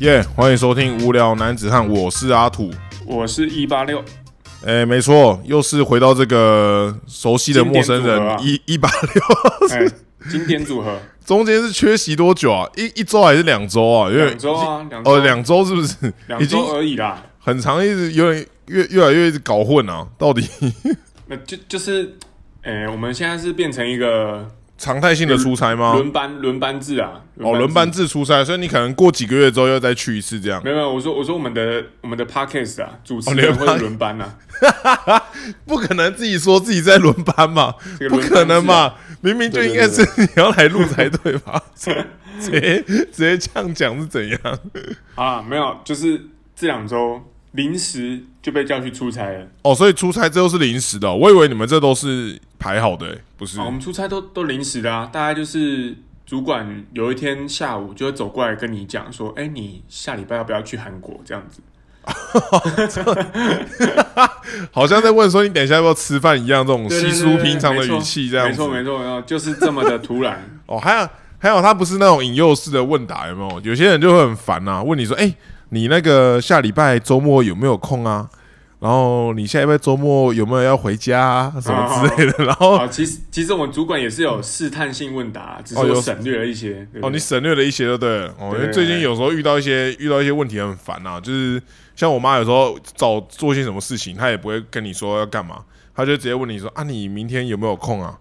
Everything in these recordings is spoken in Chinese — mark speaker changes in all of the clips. Speaker 1: 耶欢迎收听《无聊男子汉》，我是阿土。
Speaker 2: 我是一 八六，
Speaker 1: 哎，没错，又是回到这个熟悉的陌生
Speaker 2: 经典组合啊
Speaker 1: 人一一八六，
Speaker 2: 哎，经典组合，
Speaker 1: 中间是缺席多久啊？一一周还是两周啊？因为
Speaker 2: 两周啊，两周
Speaker 1: 哦，两周是不是？
Speaker 2: 两
Speaker 1: 已经
Speaker 2: 周呃而已啦。
Speaker 1: 很长，一直有点越越来越一直搞混啊。到底
Speaker 2: 那就就是，哎，我们现在是变成一个
Speaker 1: 常态性的出差吗？
Speaker 2: 轮班轮班制啊，
Speaker 1: 啊哦，轮
Speaker 2: 制
Speaker 1: 班制出差，所以你可能过几个月之后又再去一次这样
Speaker 2: 没。有没有，我说我说我们的我们的 podcast 啊，主持
Speaker 1: 哦
Speaker 2: 人
Speaker 1: 轮班
Speaker 2: 会轮班呐、啊，
Speaker 1: 不可能自己说自己在轮班嘛，
Speaker 2: 这个
Speaker 1: 不
Speaker 2: 轮班
Speaker 1: 可
Speaker 2: 啊
Speaker 1: 能
Speaker 2: 制
Speaker 1: 嘛，明明就应该是你要来录才对吧？直接直接这样讲是怎样？
Speaker 2: 啊，没有，就是这两周临时就被叫去出差了。
Speaker 1: 哦，所以出差这都是临时的哦、我以为你们这都是排好的、欸，不是
Speaker 2: 啊、我？们出差都都临时的啊，大概就是主管有一天下午就会走过来跟你讲说，哎、你下礼拜要不要去韩国这样子？
Speaker 1: 好像在问说你等一下要不要吃饭一样，这种
Speaker 2: 对
Speaker 1: 稀
Speaker 2: 对对
Speaker 1: 疏
Speaker 2: 对
Speaker 1: 平常的
Speaker 2: 没错
Speaker 1: 语气这样
Speaker 2: 没
Speaker 1: 子
Speaker 2: 错。没错没错，就是这么的突然。
Speaker 1: 哦，还有还有，他不是那种引诱式的问答，有没有？有些人就会很烦呐、问你说，哎、你那个下礼拜周末有没有空啊？然后你下礼拜周末有没有要回家啊？什么之 类的？然后
Speaker 2: 啊，其实其实我们主管也是有试探性问答，只是
Speaker 1: 哦有
Speaker 2: 我省略了一些。对不对
Speaker 1: 哦，你省略了一些，就对了。哦，因
Speaker 2: 对
Speaker 1: 为最近有时候遇到一些遇到一些问题很烦啊，就是像我妈有时候找做些什么事情，她也不会跟你说要干嘛，她就直接问你说啊，你明天有没有空啊？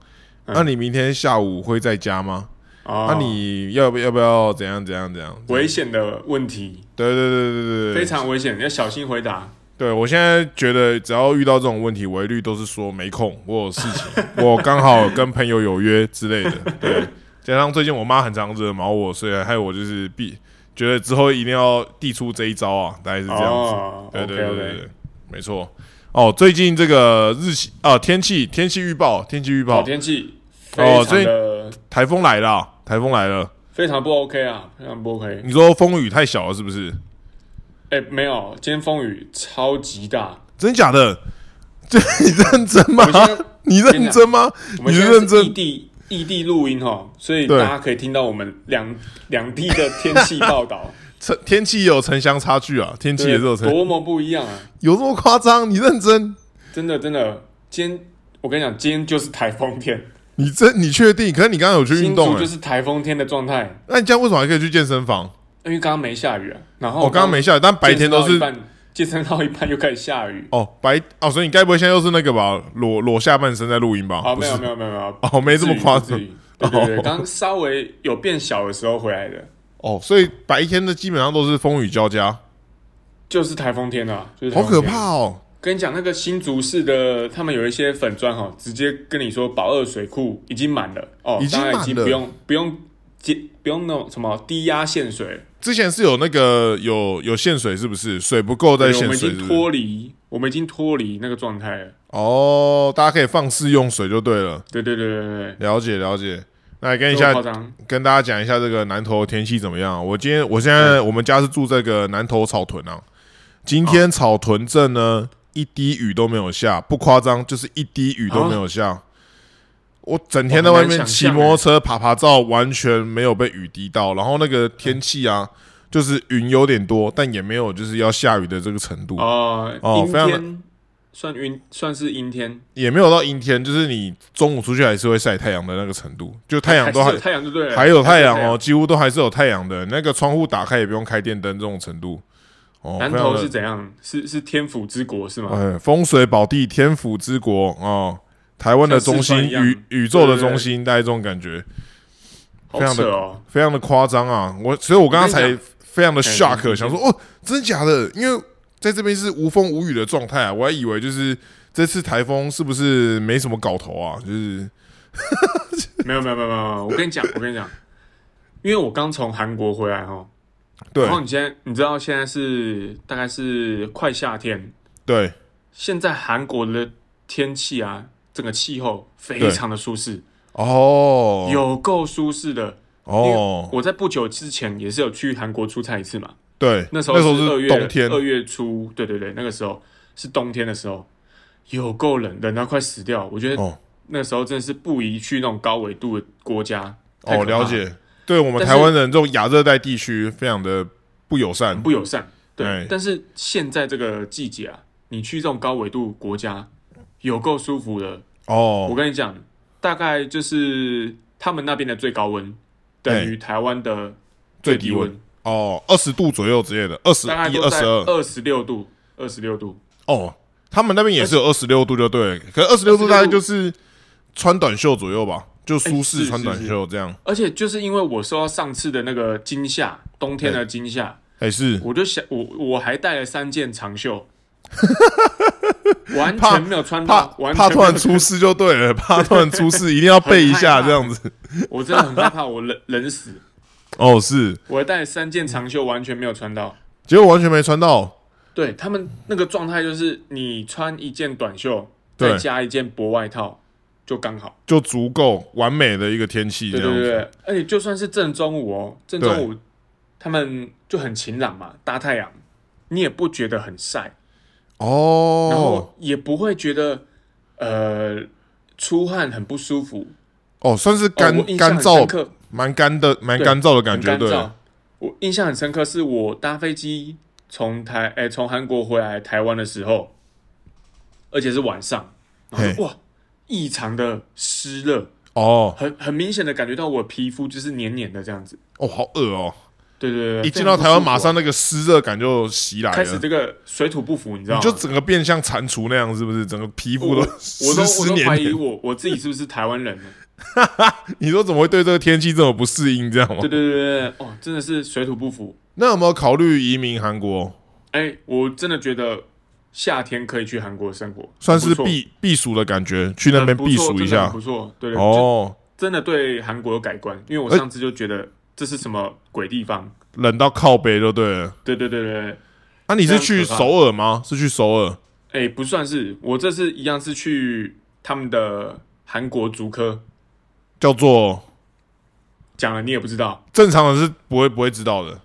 Speaker 1: 那、
Speaker 2: 嗯
Speaker 1: 你明天下午会在家吗？那、
Speaker 2: 哦
Speaker 1: 啊你要不要不要怎样怎样怎样？
Speaker 2: 危险的问题
Speaker 1: 对对对对对对，
Speaker 2: 非常危险，要小心回答。
Speaker 1: 对，我现在觉得只要遇到这种问题，我一律都是说没空，我有事情，我刚好跟朋友有约之类的。对，加上最近我妈很常惹毛我，所以害我就是必觉得之后一定要递出这一招啊，大概是这样子。
Speaker 2: 哦
Speaker 1: 对对
Speaker 2: ，OK
Speaker 1: 对对
Speaker 2: OK，
Speaker 1: 对，没错。哦，最近这个日期啊，天气天气预报，天气预
Speaker 2: 好
Speaker 1: 报，
Speaker 2: 天气非
Speaker 1: 哦所
Speaker 2: 常
Speaker 1: 以
Speaker 2: 的
Speaker 1: 台风来了啊，台风来了。
Speaker 2: 非常不 OK 啊，非常不 OK。
Speaker 1: 你说风雨太小了是不是？
Speaker 2: 哎，没有，今天风雨超 级大。
Speaker 1: 真假的？这你认真吗
Speaker 2: 我们现在？
Speaker 1: 你认真吗？你
Speaker 2: 我们现在
Speaker 1: 认
Speaker 2: 是
Speaker 1: 真
Speaker 2: 异？地异地录音哈，所以
Speaker 1: 对
Speaker 2: 大家可以听到我们两两地的天气报道，
Speaker 1: 城天气也有城乡差距啊， 天气也
Speaker 2: 对
Speaker 1: 是有城，
Speaker 2: 多么不一样啊！
Speaker 1: 有这么夸张？你认真？
Speaker 2: 真的真的，今天我跟你讲，今天就是台风天，
Speaker 1: 你真你确定？可是你刚刚有去运
Speaker 2: 新
Speaker 1: 动
Speaker 2: 竹
Speaker 1: 哎、
Speaker 2: 就是台风天的状态，
Speaker 1: 那你这样为什么还可以去健身房？
Speaker 2: 因为刚刚没下雨啊，然后
Speaker 1: 我哦刚刚没下雨，但白天都
Speaker 2: 健身
Speaker 1: 是
Speaker 2: 到一半，健身到一半又开始下雨。
Speaker 1: 哦白哦，所以你该不会现在又是那个吧？裸裸下半身在录音吧？
Speaker 2: 啊，
Speaker 1: 不
Speaker 2: 没
Speaker 1: 是
Speaker 2: 有没有没有没有，
Speaker 1: 哦，没这么夸张
Speaker 2: 不至于不至于对对
Speaker 1: 哦
Speaker 2: 对，刚稍微有变小的时候回来的，
Speaker 1: 哦，所以白天的基本上都是风雨交加，
Speaker 2: 就是台风天啊，就是台
Speaker 1: 好
Speaker 2: 风
Speaker 1: 可
Speaker 2: 天
Speaker 1: 怕哦！
Speaker 2: 跟你讲，那个新竹市的，他们有一些粉砖哈，直接跟你说保二水库已经满了哦，
Speaker 1: 已经
Speaker 2: 当然已经
Speaker 1: 满了
Speaker 2: 不用不用接不用那种什么低压限水了，
Speaker 1: 之前是有那个有有限水是不是？水不够在
Speaker 2: 对我
Speaker 1: 限
Speaker 2: 们已
Speaker 1: 水是
Speaker 2: 经
Speaker 1: 不是
Speaker 2: 脱离，我们已经脱离那个状态了。
Speaker 1: 哦，大家可以放肆用水就对了。
Speaker 2: 对对对对
Speaker 1: 了解了解，那你跟
Speaker 2: 对，
Speaker 1: 一
Speaker 2: 这
Speaker 1: 下
Speaker 2: 么夸张，
Speaker 1: 跟大家讲一下这个南投的天气怎么样啊、我今天，
Speaker 2: 嗯
Speaker 1: 我现在我们家是住这个南投草屯啊。今
Speaker 2: 哦
Speaker 1: 天草屯镇呢，一滴雨都没有下，不夸张，就是一滴雨都没有下。
Speaker 2: 啊
Speaker 1: 我整天在外面骑
Speaker 2: 欸
Speaker 1: 摩托车爬爬照，完全没有被雨滴到。然后那个天气啊，
Speaker 2: 嗯
Speaker 1: 就是云有点多，但也没有就是要下雨的这个程度，
Speaker 2: 哦、
Speaker 1: 哦
Speaker 2: 阴
Speaker 1: 非常
Speaker 2: 天算云算是阴天，
Speaker 1: 也没有到阴天，就是你中午出去还是会晒太阳的那个程度，就太阳都
Speaker 2: 还
Speaker 1: 还
Speaker 2: 是有太阳就对 了，
Speaker 1: 还有太阳
Speaker 2: 还是
Speaker 1: 哦，。几乎都还是有太阳的。那个窗户打开也不用开电灯，这种程度哦，
Speaker 2: 南
Speaker 1: 非常
Speaker 2: 投
Speaker 1: 的
Speaker 2: 是怎样？是是天府之国是吗？
Speaker 1: 哎，风水宝地，天府之国哦，台湾的中
Speaker 2: 像四
Speaker 1: 心，
Speaker 2: 川一样
Speaker 1: 宇宇宙的
Speaker 2: 对对对
Speaker 1: 中心，大概这种感觉，
Speaker 2: 好
Speaker 1: 非常的
Speaker 2: 扯哦，
Speaker 1: 非常的夸张啊！我，所以我刚刚
Speaker 2: 我
Speaker 1: 才
Speaker 2: 跟你
Speaker 1: 非常的
Speaker 2: 哎
Speaker 1: shock，
Speaker 2: 你
Speaker 1: 想说哦，真的假的？因为在这边是无风无雨的状态啊，我还以为就是这次台风是不是没什么搞头啊？就是
Speaker 2: 没有没有没有没有没有，我跟你讲，我跟你讲，因为我刚从韩国回来哦，
Speaker 1: 对
Speaker 2: 然后你现在你知道现在是大概是快夏天，
Speaker 1: 对，
Speaker 2: 现在韩国的天气啊，整个气候非
Speaker 1: 对
Speaker 2: 常的舒适，
Speaker 1: 哦，
Speaker 2: 有够舒适的。因为
Speaker 1: 哦，
Speaker 2: 我在不久之前也是有去韩国出差一次嘛，
Speaker 1: 对，
Speaker 2: 那时
Speaker 1: 那
Speaker 2: 候
Speaker 1: 时候
Speaker 2: 是二
Speaker 1: 是
Speaker 2: 月
Speaker 1: 冬天，
Speaker 2: 二月初，对对对，那个时候是冬天的时候，有够冷，冷到快死掉。我觉
Speaker 1: 哦
Speaker 2: 得那时候真的是不宜去那种高纬度的国家。太
Speaker 1: 哦，
Speaker 2: 可怕
Speaker 1: 了。解。对我们
Speaker 2: 但
Speaker 1: 台
Speaker 2: 是
Speaker 1: 湾人这种亚热带地区，非常的不友善
Speaker 2: 很。不友善。对，
Speaker 1: 哎
Speaker 2: 但是现在这个季节啊，你去这种高纬度国家，有够舒服的。我
Speaker 1: 哦，
Speaker 2: 跟你讲，大概就是他们那边的最高温等于台湾的
Speaker 1: 最
Speaker 2: 低
Speaker 1: 低温，哦，二十度左右之类的，二十
Speaker 2: 大概
Speaker 1: 一、
Speaker 2: 都
Speaker 1: 二
Speaker 2: 在
Speaker 1: 十二。
Speaker 2: 二十六度，二十六度。
Speaker 1: 哦，他们那边也是有二十六度就对了，可是二十六度
Speaker 2: 26
Speaker 1: 大概就是穿短袖左右吧，就舒
Speaker 2: 哎
Speaker 1: 适
Speaker 2: 是
Speaker 1: 穿短袖这样。
Speaker 2: 而且就是因为我受到上次的那个惊吓，冬天的惊吓，
Speaker 1: 还哎是
Speaker 2: 我就想我我还带了三件 长袖，完
Speaker 1: 怕
Speaker 2: 全没有穿
Speaker 1: 怕
Speaker 2: 到，完全
Speaker 1: 怕突然
Speaker 2: 没有
Speaker 1: 出事就对了， 怕突然出事一定要备一下
Speaker 2: 很害怕
Speaker 1: 这样子。
Speaker 2: 我真的很害怕我冷冷死。
Speaker 1: 哦，是，
Speaker 2: 我还带了三件长袖，完全没有穿到。
Speaker 1: 结果完全没穿到。
Speaker 2: 对他们那个状态就是，你穿一件短袖，
Speaker 1: 对
Speaker 2: 再加一件薄外套，就刚好。
Speaker 1: 就足够完美的一个天气这
Speaker 2: 对
Speaker 1: 样
Speaker 2: 对
Speaker 1: 子，
Speaker 2: 对，对而且就算是正中午哦，正中午他们就很晴朗嘛，大太阳，你也不觉得很晒，然
Speaker 1: 哦
Speaker 2: 后也不会觉得呃出汗很不舒服，
Speaker 1: 哦，算是
Speaker 2: 哦
Speaker 1: 干
Speaker 2: 我印象
Speaker 1: 干
Speaker 2: 很深
Speaker 1: 燥，
Speaker 2: 刻，
Speaker 1: 蛮干的，蛮
Speaker 2: 对
Speaker 1: 干燥的感
Speaker 2: 很
Speaker 1: 觉，
Speaker 2: 干
Speaker 1: 对
Speaker 2: 燥。我印象很深刻，是我搭飞机从台哎从韩国回来台湾的时候，而且是晚上，然后
Speaker 1: 嘿
Speaker 2: 就哇异常的湿热，
Speaker 1: 哦
Speaker 2: 很很明显的感觉到我皮肤就是黏黏的这样子。
Speaker 1: 哦，好恶哦！
Speaker 2: 对对对，
Speaker 1: 一进
Speaker 2: 非常
Speaker 1: 到
Speaker 2: 不
Speaker 1: 台湾，
Speaker 2: 舒服啊啊
Speaker 1: 马上那个湿热感就袭来
Speaker 2: 开始
Speaker 1: 了，
Speaker 2: 这个水土不服，你知道
Speaker 1: 你
Speaker 2: 吗？
Speaker 1: 就整个变像蟾蜍那样，是不是？整个皮
Speaker 2: 我
Speaker 1: 肤
Speaker 2: 我
Speaker 1: 都
Speaker 2: 我
Speaker 1: 湿
Speaker 2: 都
Speaker 1: 湿
Speaker 2: 我都
Speaker 1: 黏
Speaker 2: 怀疑
Speaker 1: 黏。
Speaker 2: 我我自己是不是台湾 人呢？
Speaker 1: 你说怎么会对这个天气这么不适应？这样吗
Speaker 2: 对？对对对，哦，真的是水土不服。
Speaker 1: 那有没有考虑移民韩国？
Speaker 2: 哎，我真的觉得夏天可以去韩国生活，
Speaker 1: 算是
Speaker 2: 很不错
Speaker 1: 避避暑的感觉，去那边避暑一下
Speaker 2: 很。不错，真的很不错，对对，就
Speaker 1: 哦，
Speaker 2: 真的对韩国有改观，因为我
Speaker 1: 哎
Speaker 2: 上次就觉得这是什么鬼地方，
Speaker 1: 冷到靠北就对了。
Speaker 2: 对对对对对，
Speaker 1: 那、你是
Speaker 2: 非
Speaker 1: 去
Speaker 2: 常可怕
Speaker 1: 首尔吗？是去首尔？
Speaker 2: 哎、不算是，我这次一样是去他们的韩国足科，
Speaker 1: 叫做
Speaker 2: 讲了你也不知道，
Speaker 1: 正常人是不会不会知道的，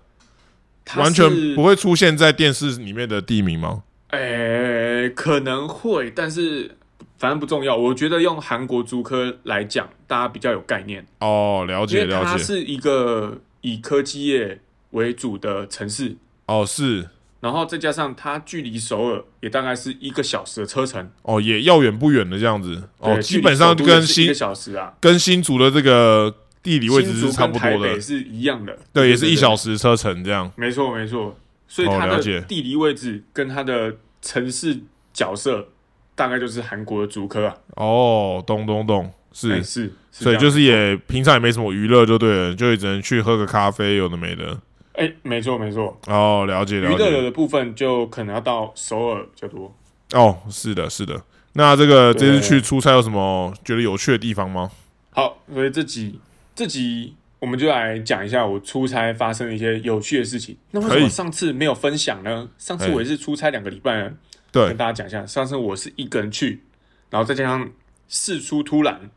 Speaker 2: 它
Speaker 1: 完全
Speaker 2: 是
Speaker 1: 不，会出现在电视里面的地名吗？
Speaker 2: 哎、可能会，但是反正不重要，我觉得用韩国足科来讲，大家比较有概念，
Speaker 1: 哦，了
Speaker 2: 因
Speaker 1: 解
Speaker 2: 为它
Speaker 1: 了解。
Speaker 2: 是一个以科技业为主的城市。
Speaker 1: 哦，是
Speaker 2: 然后再加上它距离首尔也大概是一个小时的车程，
Speaker 1: 哦，也要远不远的这样子。哦，
Speaker 2: 对
Speaker 1: 基本上
Speaker 2: 距离首都也
Speaker 1: 跟
Speaker 2: 是一
Speaker 1: 新
Speaker 2: 个小时啊，
Speaker 1: 跟新竹的这个地理位置
Speaker 2: 新
Speaker 1: 是
Speaker 2: 竹
Speaker 1: 差
Speaker 2: 跟
Speaker 1: 不
Speaker 2: 台
Speaker 1: 多
Speaker 2: 北
Speaker 1: 的，
Speaker 2: 是一样的，
Speaker 1: 对，也是一小时车程这样。
Speaker 2: 没错没错，所以
Speaker 1: 哦
Speaker 2: 它
Speaker 1: 了
Speaker 2: 的
Speaker 1: 解
Speaker 2: 地理位置跟它的城市角色大概就是韩国的竹科啊，
Speaker 1: 哦，懂懂懂，
Speaker 2: 哎
Speaker 1: 是。
Speaker 2: 是，
Speaker 1: 所以就是是也平常也没什么娱乐，就对了，就也只能去喝个咖啡，有的没的。
Speaker 2: 这样哎没错没错，
Speaker 1: 哦，了解
Speaker 2: 娱
Speaker 1: 了解
Speaker 2: 乐。的部分就可能要到首尔比较多，
Speaker 1: 哦，是的，是的。那这个这
Speaker 2: 对
Speaker 1: 次去出差有什么觉得有趣的地方吗？
Speaker 2: 好，所以这集这集。我们就来讲一下我出差发生的一些有趣的事情。那为什
Speaker 1: 可以
Speaker 2: 么上次没有分享呢？上次
Speaker 1: 哎
Speaker 2: 我也是出差两个礼拜呢，
Speaker 1: 对
Speaker 2: 跟，大家讲一下，上次我是一个人去，然后再加上事出突然，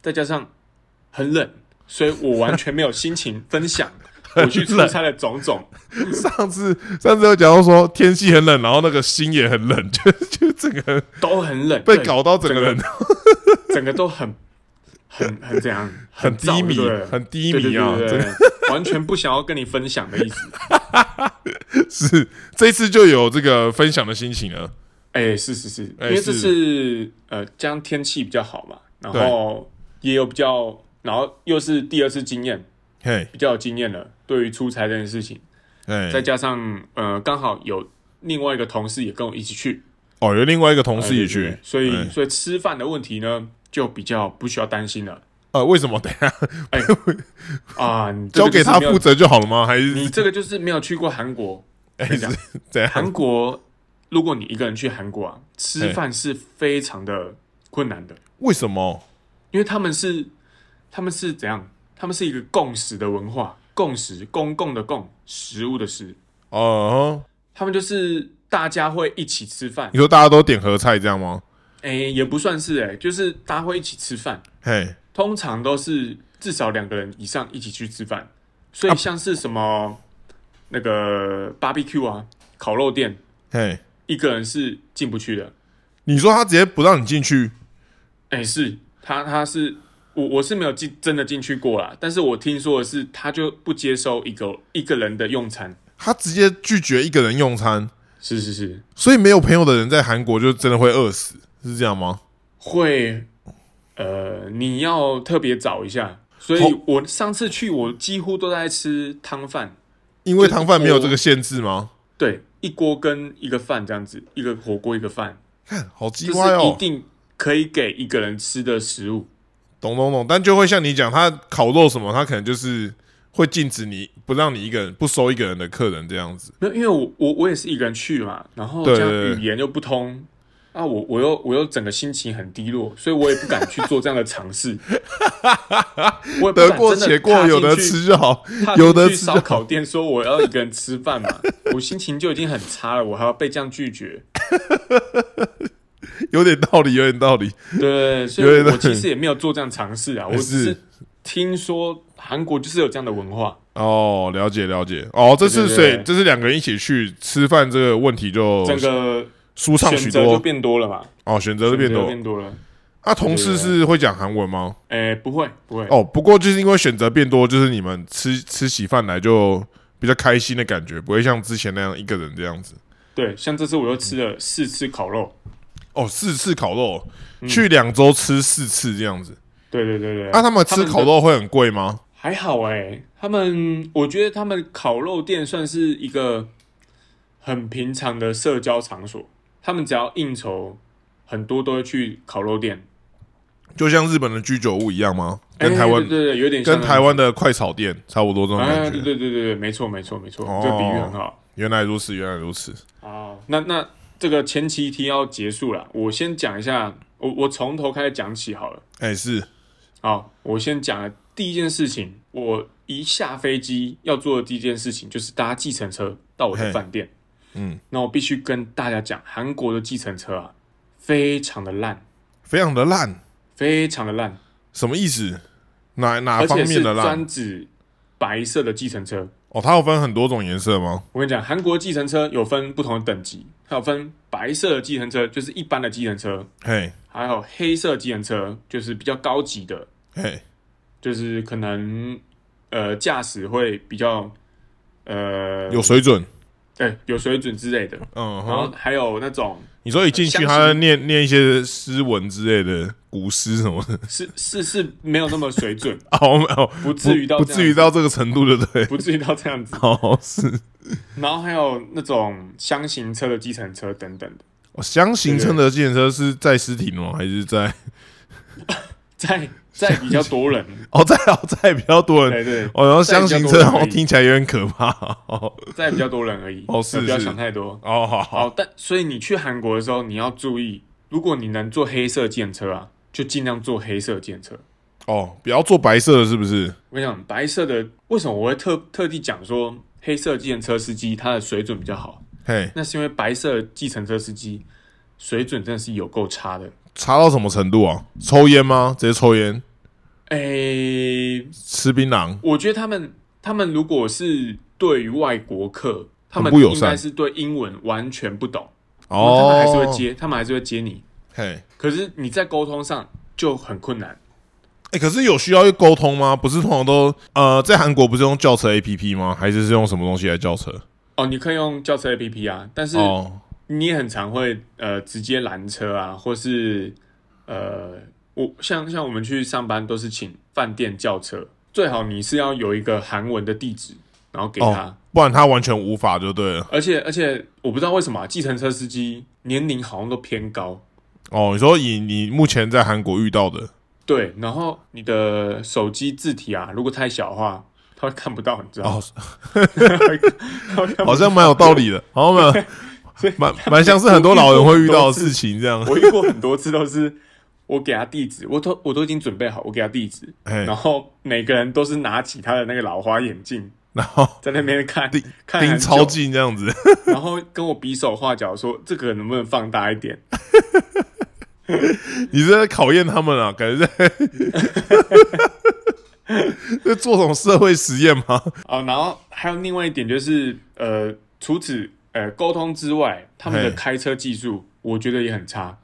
Speaker 2: 再加上很冷，所以我完全没有心情 分享我去出差的种种。
Speaker 1: 上次上次有讲到说天气很冷，然后那个心也很冷，就就整个人
Speaker 2: 都很冷，
Speaker 1: 被
Speaker 2: 对
Speaker 1: 搞到整个人
Speaker 2: 整个都很很很怎样，
Speaker 1: 很
Speaker 2: 燥
Speaker 1: 低迷
Speaker 2: 对不对，
Speaker 1: 很低迷啊！
Speaker 2: 对
Speaker 1: 真的
Speaker 2: 对对对对，完全不想要跟你分享的意思。
Speaker 1: 是这次就有这个分享的心情了。
Speaker 2: 哎，是是是，因
Speaker 1: 哎
Speaker 2: 为这
Speaker 1: 是
Speaker 2: 次呃，这样天气比较好嘛，然后也有比较，然后又是第二次经验，
Speaker 1: 嘿，
Speaker 2: 比较有经验了，对于出差这件事情。
Speaker 1: 哎
Speaker 2: 再，加上呃，刚好有另外一个同事也跟我一起去，
Speaker 1: 哦，有另外一个同事也
Speaker 2: 对对
Speaker 1: 去
Speaker 2: 对，所
Speaker 1: 哎
Speaker 2: 以所以吃饭的问题呢，就比较不需要担心了
Speaker 1: 呃，为什么？等一下
Speaker 2: 啊。你这
Speaker 1: 交
Speaker 2: 个
Speaker 1: 给
Speaker 2: 就是
Speaker 1: 他
Speaker 2: 没有
Speaker 1: 负责就好了吗？还
Speaker 2: 你
Speaker 1: 是
Speaker 2: 这个就是没有去过韩国，
Speaker 1: 哎
Speaker 2: 跟你讲
Speaker 1: 是 怎样？
Speaker 2: 韩国如果你一个人去韩国啊，
Speaker 1: 哎
Speaker 2: 吃饭是非常的困难的，
Speaker 1: 为什么？
Speaker 2: 因为他们是他们是怎样？他们是一个共识的文化，共识公共的共，食物的食，
Speaker 1: 哦、
Speaker 2: 他们就是大家会一起吃饭
Speaker 1: 你，说大家都点合菜这样吗？
Speaker 2: 哎、也不算是哎、就是大家会一起吃饭。
Speaker 1: 嘿，
Speaker 2: 通常都是至少两个人以上一起去吃饭，所以像是什么、那个 barbecue 啊、烤肉店，
Speaker 1: 嘿，
Speaker 2: 一个人是进不去的。
Speaker 1: 你说他直接不让你进去，
Speaker 2: 哎、是他，他是我，我是没有进真的进去过啦，但是我听说的是，他就不接收一个一个人的用餐，
Speaker 1: 他直接拒绝一个人用餐，
Speaker 2: 是是是，
Speaker 1: 所以没有朋友的人在韩国就真的会饿死，是这样吗？
Speaker 2: 会，呃，你要特别找一下。所以
Speaker 1: 好
Speaker 2: 我上次去，我几乎都在吃汤饭，
Speaker 1: 因为
Speaker 2: 就
Speaker 1: 汤饭没有
Speaker 2: 我
Speaker 1: 这个限制吗？
Speaker 2: 对，一锅跟一个饭这样子，一个火锅一个饭，
Speaker 1: 看，好鸡
Speaker 2: 这
Speaker 1: 歪
Speaker 2: 是一
Speaker 1: 哦！
Speaker 2: 定可以给一个人吃的食物。
Speaker 1: 懂懂懂，但就会像你讲，他烤肉什么，他可能就是会禁止你不让你一个人不收一个人的客人这样子。
Speaker 2: 没有，因为我我我也是一个人去嘛，然后
Speaker 1: 对
Speaker 2: 这
Speaker 1: 对
Speaker 2: 样
Speaker 1: 对
Speaker 2: 语言又不通，啊，我我又我又整个心情很低落，所以我也不敢去做这样的尝试。 我也不
Speaker 1: 得
Speaker 2: 敢
Speaker 1: 过
Speaker 2: 真的
Speaker 1: 且过，
Speaker 2: 踏进
Speaker 1: 有的
Speaker 2: 去
Speaker 1: 吃就好
Speaker 2: 踏，进
Speaker 1: 有的
Speaker 2: 去
Speaker 1: 吃就
Speaker 2: 烧
Speaker 1: 好。
Speaker 2: 烤店说我要一个人吃饭嘛，我心情就已经很差了，我还要被这样拒绝。
Speaker 1: 有点道理，有点道理。
Speaker 2: 对，所
Speaker 1: 有
Speaker 2: 以
Speaker 1: 点
Speaker 2: 我其实也没有做这样尝试啊，我只
Speaker 1: 是
Speaker 2: 是听说韩国就是有这样的文化。
Speaker 1: 哦，了解了解。哦，这次
Speaker 2: 对对
Speaker 1: 所以
Speaker 2: 对
Speaker 1: 这是两个人一起去吃饭，这个问题就
Speaker 2: 整个
Speaker 1: 舒畅
Speaker 2: 选
Speaker 1: 许
Speaker 2: 择就
Speaker 1: 多
Speaker 2: 变多了嘛，
Speaker 1: 哦，选择就变
Speaker 2: 选择
Speaker 1: 多。
Speaker 2: 变多了。
Speaker 1: 啊，同事是会讲韩文吗？
Speaker 2: 哎，不会不会，
Speaker 1: 哦，不过就是因为选择变多，就是你们吃吃起饭来就比较开心的感觉，不会像之前那样一个人这样子。
Speaker 2: 对，像这次我又吃了四次烤肉，
Speaker 1: 哦，四次烤肉，去两周吃四次这样子。
Speaker 2: 对对对嗯对。
Speaker 1: 啊，他们吃
Speaker 2: 的
Speaker 1: 烤肉会很贵吗？
Speaker 2: 还好哎、他们我觉得他们烤肉店算是一个很平常的社交场所，他们只要应酬，很多都会去烤肉店，
Speaker 1: 就像日本的居酒屋一样吗？跟台湾
Speaker 2: 哎对对对，有点像
Speaker 1: 跟台湾的快炒店差不多这种
Speaker 2: 哎，
Speaker 1: 感
Speaker 2: 对
Speaker 1: 觉。
Speaker 2: 对对对对，没错没错没错，
Speaker 1: 哦
Speaker 2: 这比喻很好
Speaker 1: 原来如此，原来如此。
Speaker 2: 啊。那那这个前期一题要结束了，我先讲一下，我我从头开始讲起好了。
Speaker 1: 哎，是
Speaker 2: 好，我先讲了第一件事情，我一下飞机要做的第一件事情就是搭计程车到我的
Speaker 1: 嘿
Speaker 2: 饭店。
Speaker 1: 嗯，
Speaker 2: 那我必须跟大家讲，韩国的计程车啊，非常的烂，
Speaker 1: 非常的烂，
Speaker 2: 非常的烂，
Speaker 1: 什么意思？哪哪
Speaker 2: 而
Speaker 1: 方
Speaker 2: 且
Speaker 1: 面
Speaker 2: 是
Speaker 1: 的烂
Speaker 2: 专？指白色的计程车。
Speaker 1: 哦，它有分很多种颜色吗？
Speaker 2: 我跟你讲，韩国计程车有分不同的等级，它有分白色的计程车，就是一般的计程车，
Speaker 1: 嘿，
Speaker 2: 还有黑色计程车，就是比较高级的，
Speaker 1: 嘿，
Speaker 2: 就是可能呃驾驶会比较呃
Speaker 1: 有水准。
Speaker 2: 对有水准之类的，
Speaker 1: 嗯
Speaker 2: 然后
Speaker 1: 哼，
Speaker 2: 还有那种
Speaker 1: 你说一进去，
Speaker 2: 相信
Speaker 1: 他念念一些诗文之类的古诗什么的，
Speaker 2: 是是是没有那么水准，
Speaker 1: 哦，没有，
Speaker 2: 不至于到
Speaker 1: 不
Speaker 2: 这
Speaker 1: 至
Speaker 2: 样
Speaker 1: 于
Speaker 2: 子
Speaker 1: 到这个程度，对不对？
Speaker 2: 不至于到这样子。
Speaker 1: 哦，是
Speaker 2: 然后还有那种箱型车的计程车等等的，
Speaker 1: 哦箱型车的计程车是在尸体吗？还是在？
Speaker 2: 在在比较多人，
Speaker 1: 哦，在哦，在比较多人。
Speaker 2: 对对，
Speaker 1: 哦，然后箱型车
Speaker 2: 在比较多人而已
Speaker 1: 哦，听起来有点可怕。哦，
Speaker 2: 在比较多人而已。呃
Speaker 1: 哦是
Speaker 2: 不要
Speaker 1: 是
Speaker 2: 想太多。
Speaker 1: 哦好好，
Speaker 2: 好，但所以你去韩国的时候，你要注意，如果你能坐黑色计程车啊，就尽量坐黑色计程车。
Speaker 1: 哦，不要做白色的，是不是？
Speaker 2: 我跟你讲，白色的为什么我会特特地讲说黑色计程车司机他的水准比较好？
Speaker 1: 嘿，
Speaker 2: 那是因为白色计程车司机水准真的是有够差的。
Speaker 1: 差到什么程度啊？抽烟吗？直接抽烟，
Speaker 2: 诶、
Speaker 1: 吃槟榔，
Speaker 2: 我觉得他们他们如果是对于外国客，他们
Speaker 1: 很不友
Speaker 2: 应
Speaker 1: 善
Speaker 2: 该是对英文完全不懂，
Speaker 1: 哦，
Speaker 2: 他们还是会。接，他们还是会接你。
Speaker 1: 嘿，
Speaker 2: 可是你在沟通上就很困难。
Speaker 1: 哎、可是有需要去沟通吗？不是通常都呃，在韩国不是用轿车 APP 吗？还是是用什么东西来叫车？
Speaker 2: 哦，你可以用轿车 APP 啊，但是
Speaker 1: 哦，
Speaker 2: 你也很常会呃直接拦车啊，或是呃，我像像我们去上班都是请饭店叫车，最好你是要有一个韩文的地址，然后给他。
Speaker 1: 哦不然他完全无法就对了。
Speaker 2: 而且而且我不知道为什么啊、计程车司机年龄好像都偏高，
Speaker 1: 哦，你说以你目前在韩国遇到的，
Speaker 2: 对，然后你的手机字体啊，如果太小的话，他会看不到，你知道吗？
Speaker 1: 哦，
Speaker 2: 它会看不
Speaker 1: 好
Speaker 2: 到
Speaker 1: 像蛮有道理的， 好像蛮蛮蛮像是很多老人会遇到的事情这 样。
Speaker 2: 我遇过很多次都是我给他地址，我都我都已经准备好，我给他地址，
Speaker 1: 嘿，
Speaker 2: 然后每个人都是拿起他的那个老花眼镜
Speaker 1: 然后
Speaker 2: 在那边看
Speaker 1: 盯，
Speaker 2: 看
Speaker 1: 盯
Speaker 2: 很
Speaker 1: 超
Speaker 2: 久，
Speaker 1: 近这样 子。
Speaker 2: 然后跟我比手画脚说这个能不能放大一点？
Speaker 1: 你是在考验他们啊？感觉在 在做什么社会实验吗？
Speaker 2: 哦，然后还有另外一点就是，呃，除此呃沟通之外，他们的
Speaker 1: 嘿
Speaker 2: 开车技术我觉得也很差。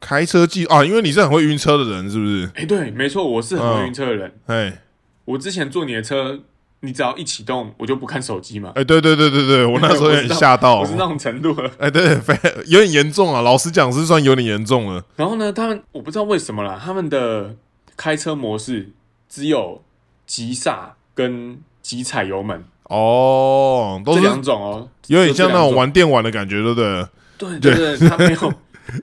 Speaker 1: 开车技啊，因为你是很会晕车的人，是不是？嗯
Speaker 2: 哎，对，没错，我是很会晕车的人。
Speaker 1: 哎，
Speaker 2: 我之前坐你的车，你只要一启动，我就不看手机嘛。
Speaker 1: 哎，对对对对 对，我那时候有点吓到
Speaker 2: 我，是那种程度了。
Speaker 1: 哎，对，非有点严重啊，老实讲是算有点严重了。
Speaker 2: 然后呢，他们我不知道为什么啦，他们的开车模式只有急刹跟急踩油门
Speaker 1: 哦，都
Speaker 2: 这
Speaker 1: 是
Speaker 2: 两种哦，
Speaker 1: 有点像那种
Speaker 2: 玩
Speaker 1: 玩电玩的感觉，对不对？
Speaker 2: 对对对，他没有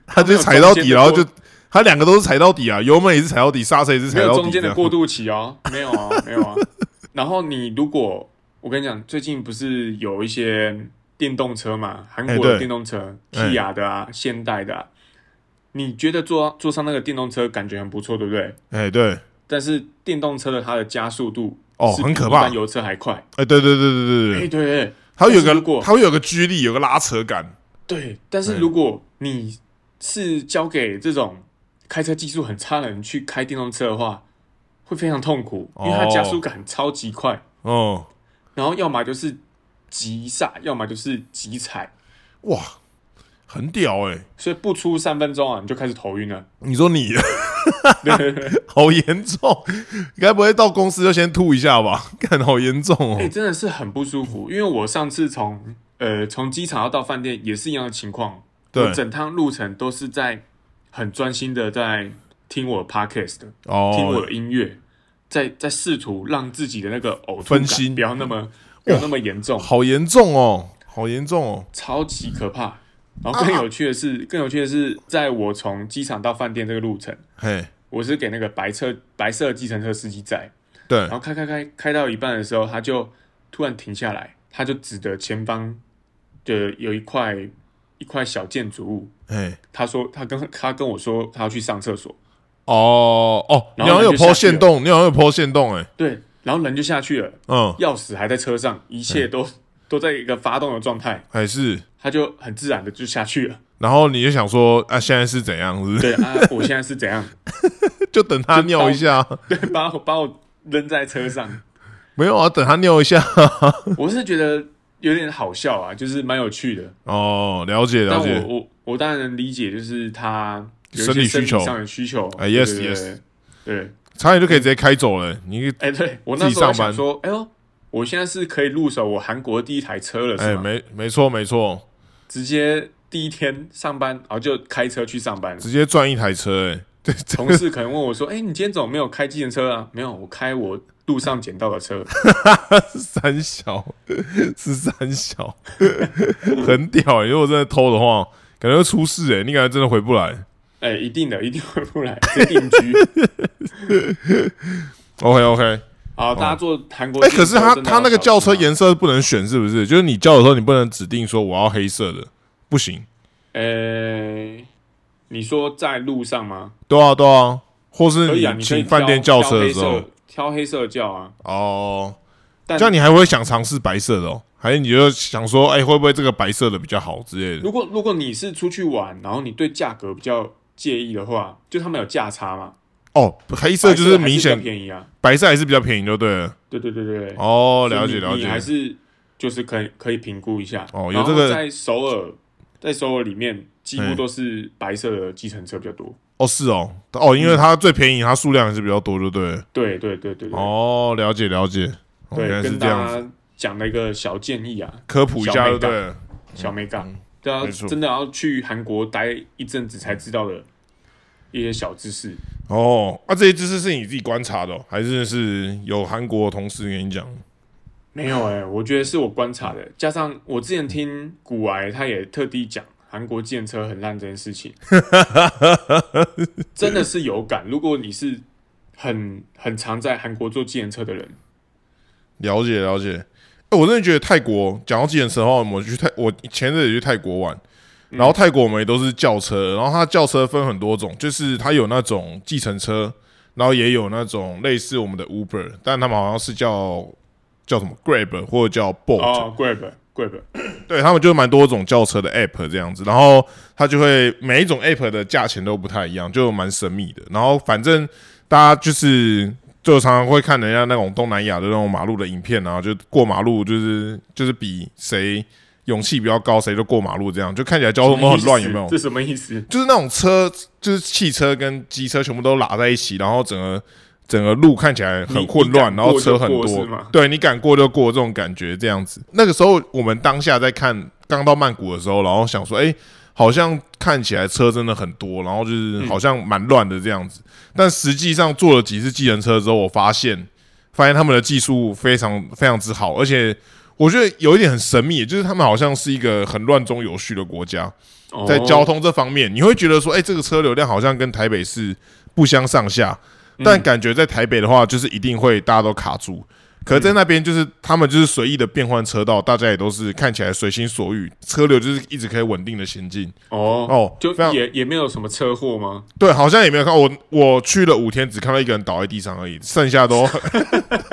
Speaker 1: 他就踩到底，然后就他两个都是踩到底啊，油门也是踩到底，刹车也是
Speaker 2: 没
Speaker 1: 踩
Speaker 2: 有
Speaker 1: 到底。
Speaker 2: 中间
Speaker 1: 这
Speaker 2: 的
Speaker 1: 样
Speaker 2: 过渡期哦，没有啊，没有啊。 然后你如果我跟你讲，最近不是有一些电动车嘛，韩
Speaker 1: 哎
Speaker 2: 国
Speaker 1: 对
Speaker 2: 的电动车，
Speaker 1: 哎
Speaker 2: Kia 的啊，现代的啊，你觉得坐坐上那个电动车感觉很不错，对不对？
Speaker 1: 哎，对，
Speaker 2: 但是电动车的它的加速度
Speaker 1: 哦
Speaker 2: 是
Speaker 1: 很
Speaker 2: 比
Speaker 1: 可
Speaker 2: 一
Speaker 1: 怕
Speaker 2: 般油车还快。
Speaker 1: 哎，对对对对
Speaker 2: 哎，
Speaker 1: 对
Speaker 2: 对
Speaker 1: 对，
Speaker 2: 对
Speaker 1: 它会有
Speaker 2: 但是如
Speaker 1: 个
Speaker 2: 果
Speaker 1: 它会有个拘力，有个拉扯感。
Speaker 2: 对，但
Speaker 1: 哎
Speaker 2: 是如果你是交给这种开车技术很差的人去开电动车的话，会非常痛苦，因为它
Speaker 1: 哦
Speaker 2: 加速感超级快。
Speaker 1: 哦，
Speaker 2: 然后要么就是急刹，要么就是急踩，
Speaker 1: 哇，很屌哎！
Speaker 2: 所以不出三分钟啊，你就开始头晕了。
Speaker 1: 你说 你
Speaker 2: 对对对，
Speaker 1: 好严重，你该不会到公司就先吐一下吧？ 看，好严重
Speaker 2: 哎、
Speaker 1: 哦。
Speaker 2: 真的是很不舒服。因为我上次从呃从机场要到饭店也是一样的情况，
Speaker 1: 对
Speaker 2: 我整趟路程都是在很专心的在听我 podcast 的，听我
Speaker 1: 哦，
Speaker 2: 的音乐，在在试图让自己的那个呕吐
Speaker 1: 分
Speaker 2: 感
Speaker 1: 心嗯
Speaker 2: 不要那么不要那么严重，
Speaker 1: 好严重哦，好严重哦。
Speaker 2: 超级可怕。然后更有趣的是，更有趣的是，在我从机场到饭店这个路程。
Speaker 1: 嘿，
Speaker 2: 我是给那个白车白色计程车司机载，
Speaker 1: 对
Speaker 2: 然，后开开开开到一半的时候，他就突然停下来，他就指着前方的有一块一块小建筑物，
Speaker 1: 嘿，
Speaker 2: 他说他跟他跟我说他要去上厕所，
Speaker 1: 哦哦，你
Speaker 2: 然
Speaker 1: 好
Speaker 2: 后
Speaker 1: 像有
Speaker 2: 人就下
Speaker 1: 抛
Speaker 2: 去了
Speaker 1: 线洞，你好像有抛线洞，哎，
Speaker 2: 对，然后人就下去了，
Speaker 1: 嗯，
Speaker 2: 钥匙还在车上，一切都、 都在一个发动的状态，
Speaker 1: 还是。
Speaker 2: 他就很自然的就下去了。
Speaker 1: 然后你就想说啊，现在是怎样？是不是
Speaker 2: 对啊，我现在是怎样？
Speaker 1: 就等他尿一下？
Speaker 2: 对，把我把我扔在车上，
Speaker 1: 没有啊，等他尿一下。
Speaker 2: 我是觉得有点好笑啊，就是蛮有趣的。
Speaker 1: 哦，了解了
Speaker 2: 但
Speaker 1: 解。
Speaker 2: 我我我当然能理解，就是他有一
Speaker 1: 生
Speaker 2: 些
Speaker 1: 理需
Speaker 2: 生
Speaker 1: 求
Speaker 2: 理上的需求。
Speaker 1: 哎，yes，
Speaker 2: 对
Speaker 1: yes
Speaker 2: 对对，
Speaker 1: 差点就可以直接开走了。你
Speaker 2: 哎，对我
Speaker 1: 自
Speaker 2: 那
Speaker 1: 己
Speaker 2: 时候还
Speaker 1: 上班
Speaker 2: 想说，哎呦，我现在是可以入手我韩国第一台车了，
Speaker 1: 哎，
Speaker 2: 是啊吗？
Speaker 1: 没没错没错，
Speaker 2: 直接第一天上班，然后就开车去上班了。
Speaker 1: 直接赚一台车哎。 对，这
Speaker 2: 同事可能问我说：“哎、你今天怎么没有开计程车啊？”没有，我开我路上捡到 的车。
Speaker 1: 是三小， 是三小， 很屌哎！如果真的偷的话，感觉会出事哎，你感觉真的回不来。
Speaker 2: 哎、一定的，一定会不来，这定居。
Speaker 1: OK OK，
Speaker 2: 好，大家坐韩国
Speaker 1: 哎，
Speaker 2: 计程
Speaker 1: 可是
Speaker 2: 哎车真的要小心啊。
Speaker 1: 他他那个轿车颜色不能选，是不是？就是你叫的时候，你不能指定说我要黑色的，不行。
Speaker 2: 呃、你说在路上吗？
Speaker 1: 对啊，对啊，或是
Speaker 2: 可以啊，你可以
Speaker 1: 请饭店
Speaker 2: 挑
Speaker 1: 叫车的时
Speaker 2: 挑黑
Speaker 1: 候
Speaker 2: 色，挑黑色的叫啊。
Speaker 1: 哦，
Speaker 2: 但
Speaker 1: 这样你还会想尝试白色的哦，还是你就想说，哎、会不会这个白色的比较好之类的？
Speaker 2: 如果如果你是出去玩，然后你对价格比较介意的话，就他们有价差嘛，
Speaker 1: 哦，黑色就
Speaker 2: 白色还
Speaker 1: 明
Speaker 2: 比较
Speaker 1: 显，
Speaker 2: 便宜啊。
Speaker 1: 白色还是比较便宜，就对了。
Speaker 2: 对对对对对，
Speaker 1: 哦，
Speaker 2: 所
Speaker 1: 了
Speaker 2: 以
Speaker 1: 解
Speaker 2: 你
Speaker 1: 了
Speaker 2: 你还
Speaker 1: 解。
Speaker 2: 是就是可以可以评估一下。
Speaker 1: 哦有
Speaker 2: 然后
Speaker 1: 这个
Speaker 2: 在首尔，在首尔里面几乎
Speaker 1: 嗯
Speaker 2: 都是白色的计程车比较多。
Speaker 1: 哦，是哦，哦，
Speaker 2: 嗯
Speaker 1: 因为它最便宜，它数量还是比较多，就对了。
Speaker 2: 对对对对对，
Speaker 1: 哦，了解了解。哦原
Speaker 2: 对，
Speaker 1: 来是
Speaker 2: 跟
Speaker 1: 这样
Speaker 2: 大
Speaker 1: 子，
Speaker 2: 家讲了一个小建议啊，
Speaker 1: 科普一下就对了。
Speaker 2: 小美感。对啊
Speaker 1: 嗯没，错
Speaker 2: 真的要去韩国待一阵子才知道的一些小知识。
Speaker 1: 哦，啊，这些知识是你自己观察的、哦，还是是有韩国的同事跟你讲？
Speaker 2: 没有哎、我觉得是我观察的，加上我之前听古癌，他也特地讲韩国建车很烂这件 事情，真的是有感。如果你是很很常在韩国做建车的人，
Speaker 1: 了解了解、欸我真的觉得泰国讲到计程车的话，我们去泰，我前阵子也去泰国玩，然后泰国我们也都是轿车，然后它轿车分很多种，就是它有那种计程车，然后也有那种类似我们的 Uber，但他们好像是叫叫什么 Grab 或者叫 Bolt，、
Speaker 2: 哦，Grab Grab，
Speaker 1: 对他们就蛮多种轿车的 app 这样子，然后它就会每一种 app 的价钱都不太一样，就蛮神秘的。然后反正大家就是就常常会看人家那种东南亚的那种马路的影片啊，就过马路就是就是比谁勇气比较高，谁就过马路这样，就看起来交通都很哦乱，有没有
Speaker 2: 这？什么意思？
Speaker 1: 就是那种车，就是汽车跟机车全部都拉在一起，然后整个整个路看起来很混乱，
Speaker 2: 你你敢
Speaker 1: 然后车
Speaker 2: 过就
Speaker 1: 很
Speaker 2: 过
Speaker 1: 多
Speaker 2: 是吗，
Speaker 1: 对你敢过就过这种感觉，这样子。那个时候我们当下在看刚到曼谷的时候，然后想说，哎、好像看起来车真的很多，然后就是
Speaker 2: 嗯
Speaker 1: 好像蛮乱的这样子。但实际上坐了几次计程车之后，我发现发现他们的技术非常非常之好，而且我觉得有一点很神秘，就是他们好像是一个很乱中有序的国家。在交
Speaker 2: 通
Speaker 1: 通这方面，你会觉得说，哎、这个车流量好像跟台北市不相上下，
Speaker 2: 嗯
Speaker 1: 但感觉在台北的话，就是一定会大家都卡住。可是在那边，就是他们就是随意的变换车道，大家也都是看起来随心所欲，车流就是一直可以稳定的行进。
Speaker 2: 哦
Speaker 1: 哦
Speaker 2: 就
Speaker 1: 非常
Speaker 2: 也也没有什么车祸吗？
Speaker 1: 对，好像也没有看我，我去了五天，只看到一个人倒在地上而已，剩下都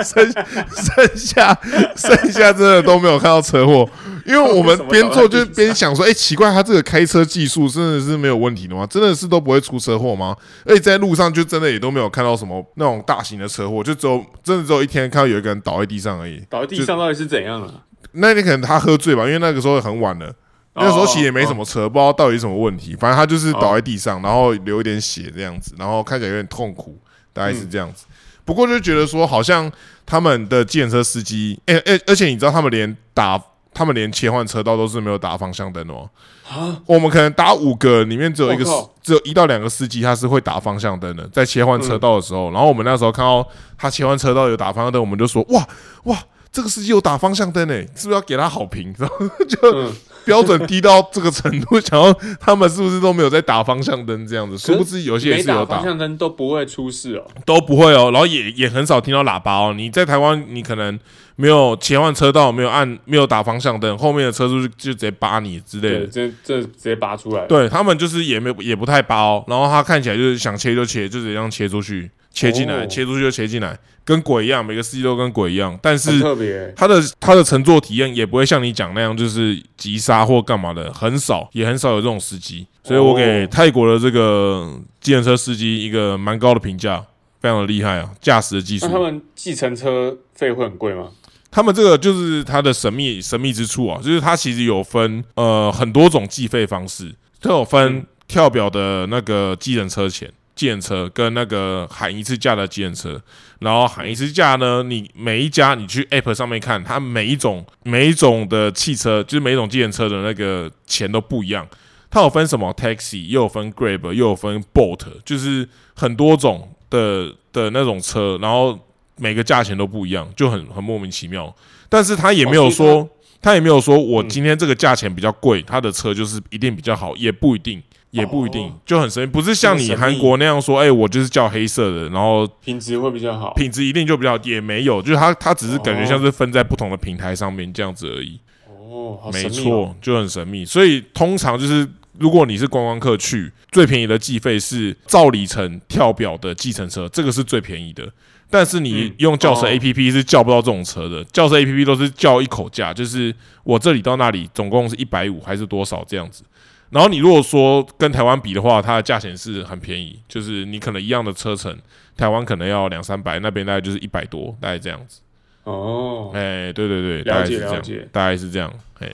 Speaker 1: 剩剩下剩下真的都没有看到车祸，因为我们边做就边想说，哎、奇怪，他这个开车技术真的是没有问题的吗？真的是都不会出车祸吗？而且在路上就真的也都没有看到什么那种大型的车祸，就只有真的只有一天看到有一个人倒在地上而已。
Speaker 2: 倒在地上到底是怎样啊？
Speaker 1: 那天可能他喝醉吧，因为那个时候很晚了。那时候其实也没什么车，不知道到底是什么问题，反正他就是倒在地上，然后流一点血这样子，然后看起来有点痛苦，大概是这样子。不过就觉得说，好像他们的计程车司机，哎、哎、而且你知道他们连打，他们连切换车道都是没有打方向灯的哦。
Speaker 2: 啊，
Speaker 1: 我们可能打五个，里面只有一个司
Speaker 2: 我靠，
Speaker 1: 只有一到两个司机他是会打方向灯的，在切换车道的时
Speaker 2: 嗯
Speaker 1: 候。然后我们那时候看到他切换车道有打方向灯，我们就说哇哇，这个司机有打方向灯诶，是不是要给他好评？ 然后就
Speaker 2: 嗯
Speaker 1: 标准低到这个程度，想要他们是不是都没有在打方向灯这样子？殊不知有些也
Speaker 2: 没
Speaker 1: 是有打
Speaker 2: 打方，向灯都不会出事哦。
Speaker 1: 都不会哦。然后也也很少听到喇叭哦。你在台湾，你可能没有切换车道，没有按，没有打方向灯，后面的车速就就直接扒你之类的
Speaker 2: 对，。这这直接拔出来。
Speaker 1: 对他们就是也没有也不太包，然后他看起来就是想切就切，就直接这样切出去，切进来，
Speaker 2: 哦
Speaker 1: 切出去就切进来，跟鬼一样，每个司机都跟鬼一样，但
Speaker 2: 很
Speaker 1: 是。
Speaker 2: 特别，欸
Speaker 1: 他的他的乘坐体验也不会像你讲那样，就是急刹或干嘛的，很少，也很少有这种司机，所以我给
Speaker 2: 哦
Speaker 1: 泰国的这个计程车司机一个蛮高的评价，非常的厉害啊，驾驶的技术
Speaker 2: 那。他们计程车费会很贵吗？
Speaker 1: 他们这个就是它的神秘神秘之处啊，就是它其实有分呃很多种计费方式，它有分
Speaker 2: 嗯
Speaker 1: 跳表的那个计程车钱。计程车跟那个喊一次价的计程车，然后喊一次价呢，你每一家你去 App 上面看，它每一种每一种的汽车，就是每一种计程车的那个钱都不一样。它有分什么 taxi，又有分 Grab，又有分 Bolt，就是很多种的的那种车，然后每个价钱都不一样，就很很莫名其妙。但是他也没有
Speaker 2: 哦所
Speaker 1: 说，他也没有说我
Speaker 2: 嗯
Speaker 1: 今天这个价钱比较贵，他的车就是一定比较好，也不一定，也不一定，
Speaker 2: 哦
Speaker 1: 就很神秘，不是像
Speaker 2: 这
Speaker 1: 你
Speaker 2: 么神秘
Speaker 1: 韩国那样说，哎、我就是叫黑色的，然后
Speaker 2: 品质会比较好。
Speaker 1: 品质一定就比较好，也没有，就是他他只是感觉
Speaker 2: 哦
Speaker 1: 像是分在不同的平台上面这样子而已。
Speaker 2: 哦，好
Speaker 1: 没
Speaker 2: 神秘哦，
Speaker 1: 错，就很神秘。所以通常就是，如果你是观光客去，最便宜的计费是照里程跳表的计程车，这个是最便宜的。但是你
Speaker 2: 嗯
Speaker 1: 用轿车
Speaker 2: 哦
Speaker 1: APP 是叫不到这种车的，轿车 APP 都是叫一口价，就是我这里到那里总共是一百五还是多少这样子。然后你如果说跟台湾比的话，它的价钱是很便宜，就是你可能一样的车程，台湾可能要两三百，那边大概就是一百多，大概这样子。
Speaker 2: 哦
Speaker 1: 哎、对对对，
Speaker 2: 了
Speaker 1: 大概是
Speaker 2: 解
Speaker 1: 这
Speaker 2: 了
Speaker 1: 样
Speaker 2: 解，
Speaker 1: 大概是这样，哎、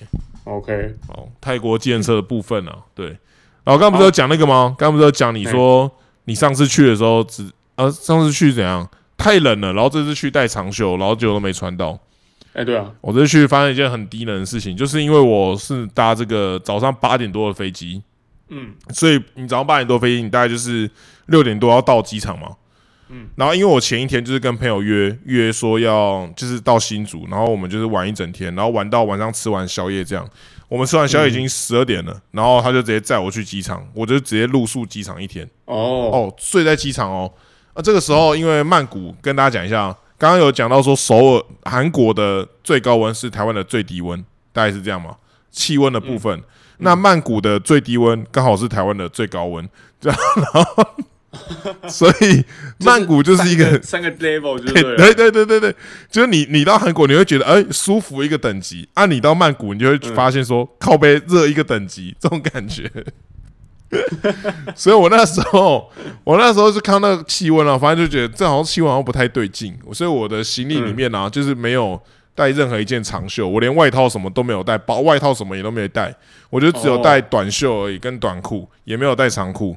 Speaker 2: ，OK，
Speaker 1: 哦，泰国建设的部分啊，对。然后刚刚不是有讲那个吗？刚刚不是有讲你说你上次去的时候只啊，上次去怎样？太冷了，然后这次去带长袖，然后结果都没穿到。
Speaker 2: 哎，对啊，
Speaker 1: 我这次去发生一件很低能的事情，就是因为我是搭这个早上八点多的飞机，
Speaker 2: 嗯，
Speaker 1: 所以你早上八点多飞机，你大概就是六点多要到机场嘛。嗯
Speaker 2: 嗯，
Speaker 1: 然后因为我前一天就是跟朋友约约说要就是到新竹，然后我们就是玩一整天，然后玩到晚上吃完宵夜这样。我们吃完宵夜已经十二点了，然后他就直接载我去机场，我就直接露宿机场一天。
Speaker 2: 哦，
Speaker 1: 哦，睡在机场哦。啊，这个时候因为曼谷跟大家讲一下，刚刚有讲到说首尔韩国的最高温是台湾的最低温，大概是这样嘛？气温的部分，那曼谷的最低温刚好是台湾的最高温，这样 然后所以曼谷就是一个
Speaker 2: 三个 level 就对了，
Speaker 1: 对对对对对，就是你你到韩国你会觉得哎、舒服一个等级，啊你到曼谷你就会发现说、靠背热一个等级这种感觉。 所以我那时候我那时候是看到那个气温啊，反正就觉得这好像气温好像不太对劲，所以我的行李里面啊、就是没有。带任何一件长袖，我连外套什么都没有带，包外套什么也都没带，我就只有
Speaker 2: 哦
Speaker 1: 带短袖而已，跟短裤，也没有带长裤。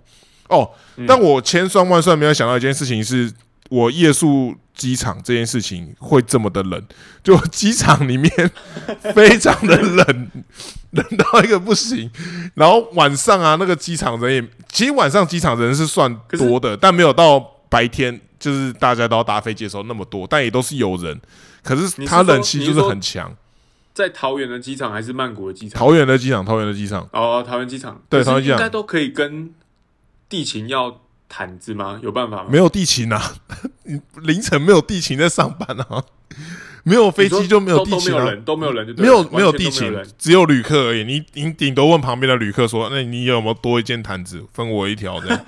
Speaker 1: 哦，但我千算万算没有想到一件事情是，我夜宿机场这件事情会这么的冷，就机场里面 非常的冷，冷到一个不行。然后晚上啊，那个机场人也，其实晚上机场人是算多的，但没有到白天就是大家都要搭飞机的时候那么多，但也都是有人。可是
Speaker 2: 你是
Speaker 1: 它
Speaker 2: 说
Speaker 1: 冷气就
Speaker 2: 你
Speaker 1: 是
Speaker 2: 是说
Speaker 1: 很强。
Speaker 2: 在桃园的机场还是曼谷的机场？
Speaker 1: 桃园的机场，桃园的机场，
Speaker 2: 哦，桃园机场，
Speaker 1: 对
Speaker 2: 可是
Speaker 1: 桃园机场
Speaker 2: 应该都可以跟地勤要毯子吗？有办法吗？
Speaker 1: 没有地勤啊， 你凌晨没有地勤在上班啊，没有飞
Speaker 2: 你说
Speaker 1: 机就没有
Speaker 2: 都
Speaker 1: 地勤
Speaker 2: 都没有
Speaker 1: 啊。
Speaker 2: 人，都没有人就对
Speaker 1: 没
Speaker 2: 了，
Speaker 1: 有没有
Speaker 2: 完全都
Speaker 1: 地
Speaker 2: 没
Speaker 1: 勤
Speaker 2: 有人，
Speaker 1: 只有旅客而已。你你顶多问旁边的旅客说：“那你有没有多一件毯子分我一条？”这 样，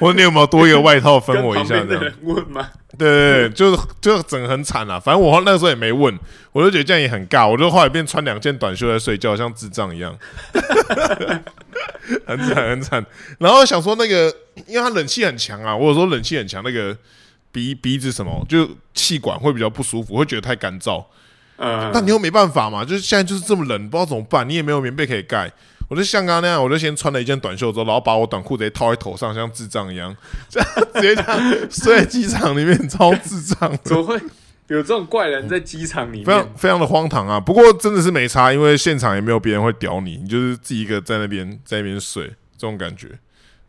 Speaker 1: 或者你有没有多一个外套分
Speaker 2: 跟
Speaker 1: 我一
Speaker 2: 旁
Speaker 1: 下？
Speaker 2: 边
Speaker 1: 这样，
Speaker 2: 的人问吗？
Speaker 1: 对对对，就是就是整个很惨啊。反正我那时候也没问，我就觉得这样也很尬，我就后来变穿两件短袖在睡觉，像智障一样， 很惨很惨。然后想说那个，因为它冷气很强啊，我有时候冷气很强，那个鼻鼻子什么就气管会比较不舒服，会觉得太干燥。
Speaker 2: 呃，
Speaker 1: 但你又没办法嘛，就是现在就是这么冷，不知道怎么办，你也没有棉被可以盖。我就像刚刚那样，我就先穿了一件短袖之后，然后把我短裤直接套在头上，像智障一样，这样直接这样睡在机场里面，超智障的，
Speaker 2: 怎么会有这种怪人在机场里
Speaker 1: 非常
Speaker 2: 面？
Speaker 1: 非常的荒唐啊！不过真的是没差，因为现场也没有别人会屌你，你就是自己一个在那边在那边睡，这种感觉。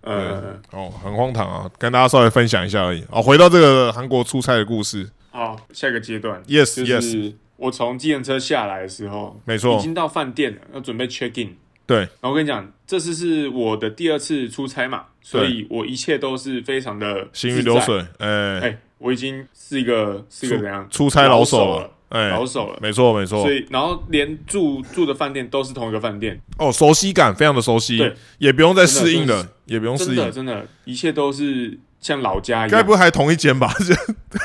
Speaker 2: 呃，
Speaker 1: 哦，很荒唐啊，跟大家稍微分享一下而已。哦，回到这个韩国出差的故事
Speaker 2: 好，下一个阶段
Speaker 1: ，yes
Speaker 2: 就
Speaker 1: yes，
Speaker 2: 是我从计程车下来的时候，
Speaker 1: 没错
Speaker 2: 已经到饭店了，要准备 check in。
Speaker 1: 对，
Speaker 2: 然后我跟你讲，这次是我的第二次出差嘛，所以我一切都是非常的
Speaker 1: 行云
Speaker 2: 自在
Speaker 1: 流。水，哎、
Speaker 2: 哎、我已经是一个是一个怎样
Speaker 1: 出差老手
Speaker 2: 手
Speaker 1: 了，哎、
Speaker 2: 老手了。
Speaker 1: 没错没错
Speaker 2: 所。以，然后连住住的饭店都是同一个饭店，
Speaker 1: 哦，熟悉感非常的熟悉
Speaker 2: 对，
Speaker 1: 也不用再适应
Speaker 2: 真的
Speaker 1: 了，也不用适
Speaker 2: 真的
Speaker 1: 应，
Speaker 2: 真的，一切都是像老家一
Speaker 1: 该
Speaker 2: 样
Speaker 1: 不。会还同一间吧？ 就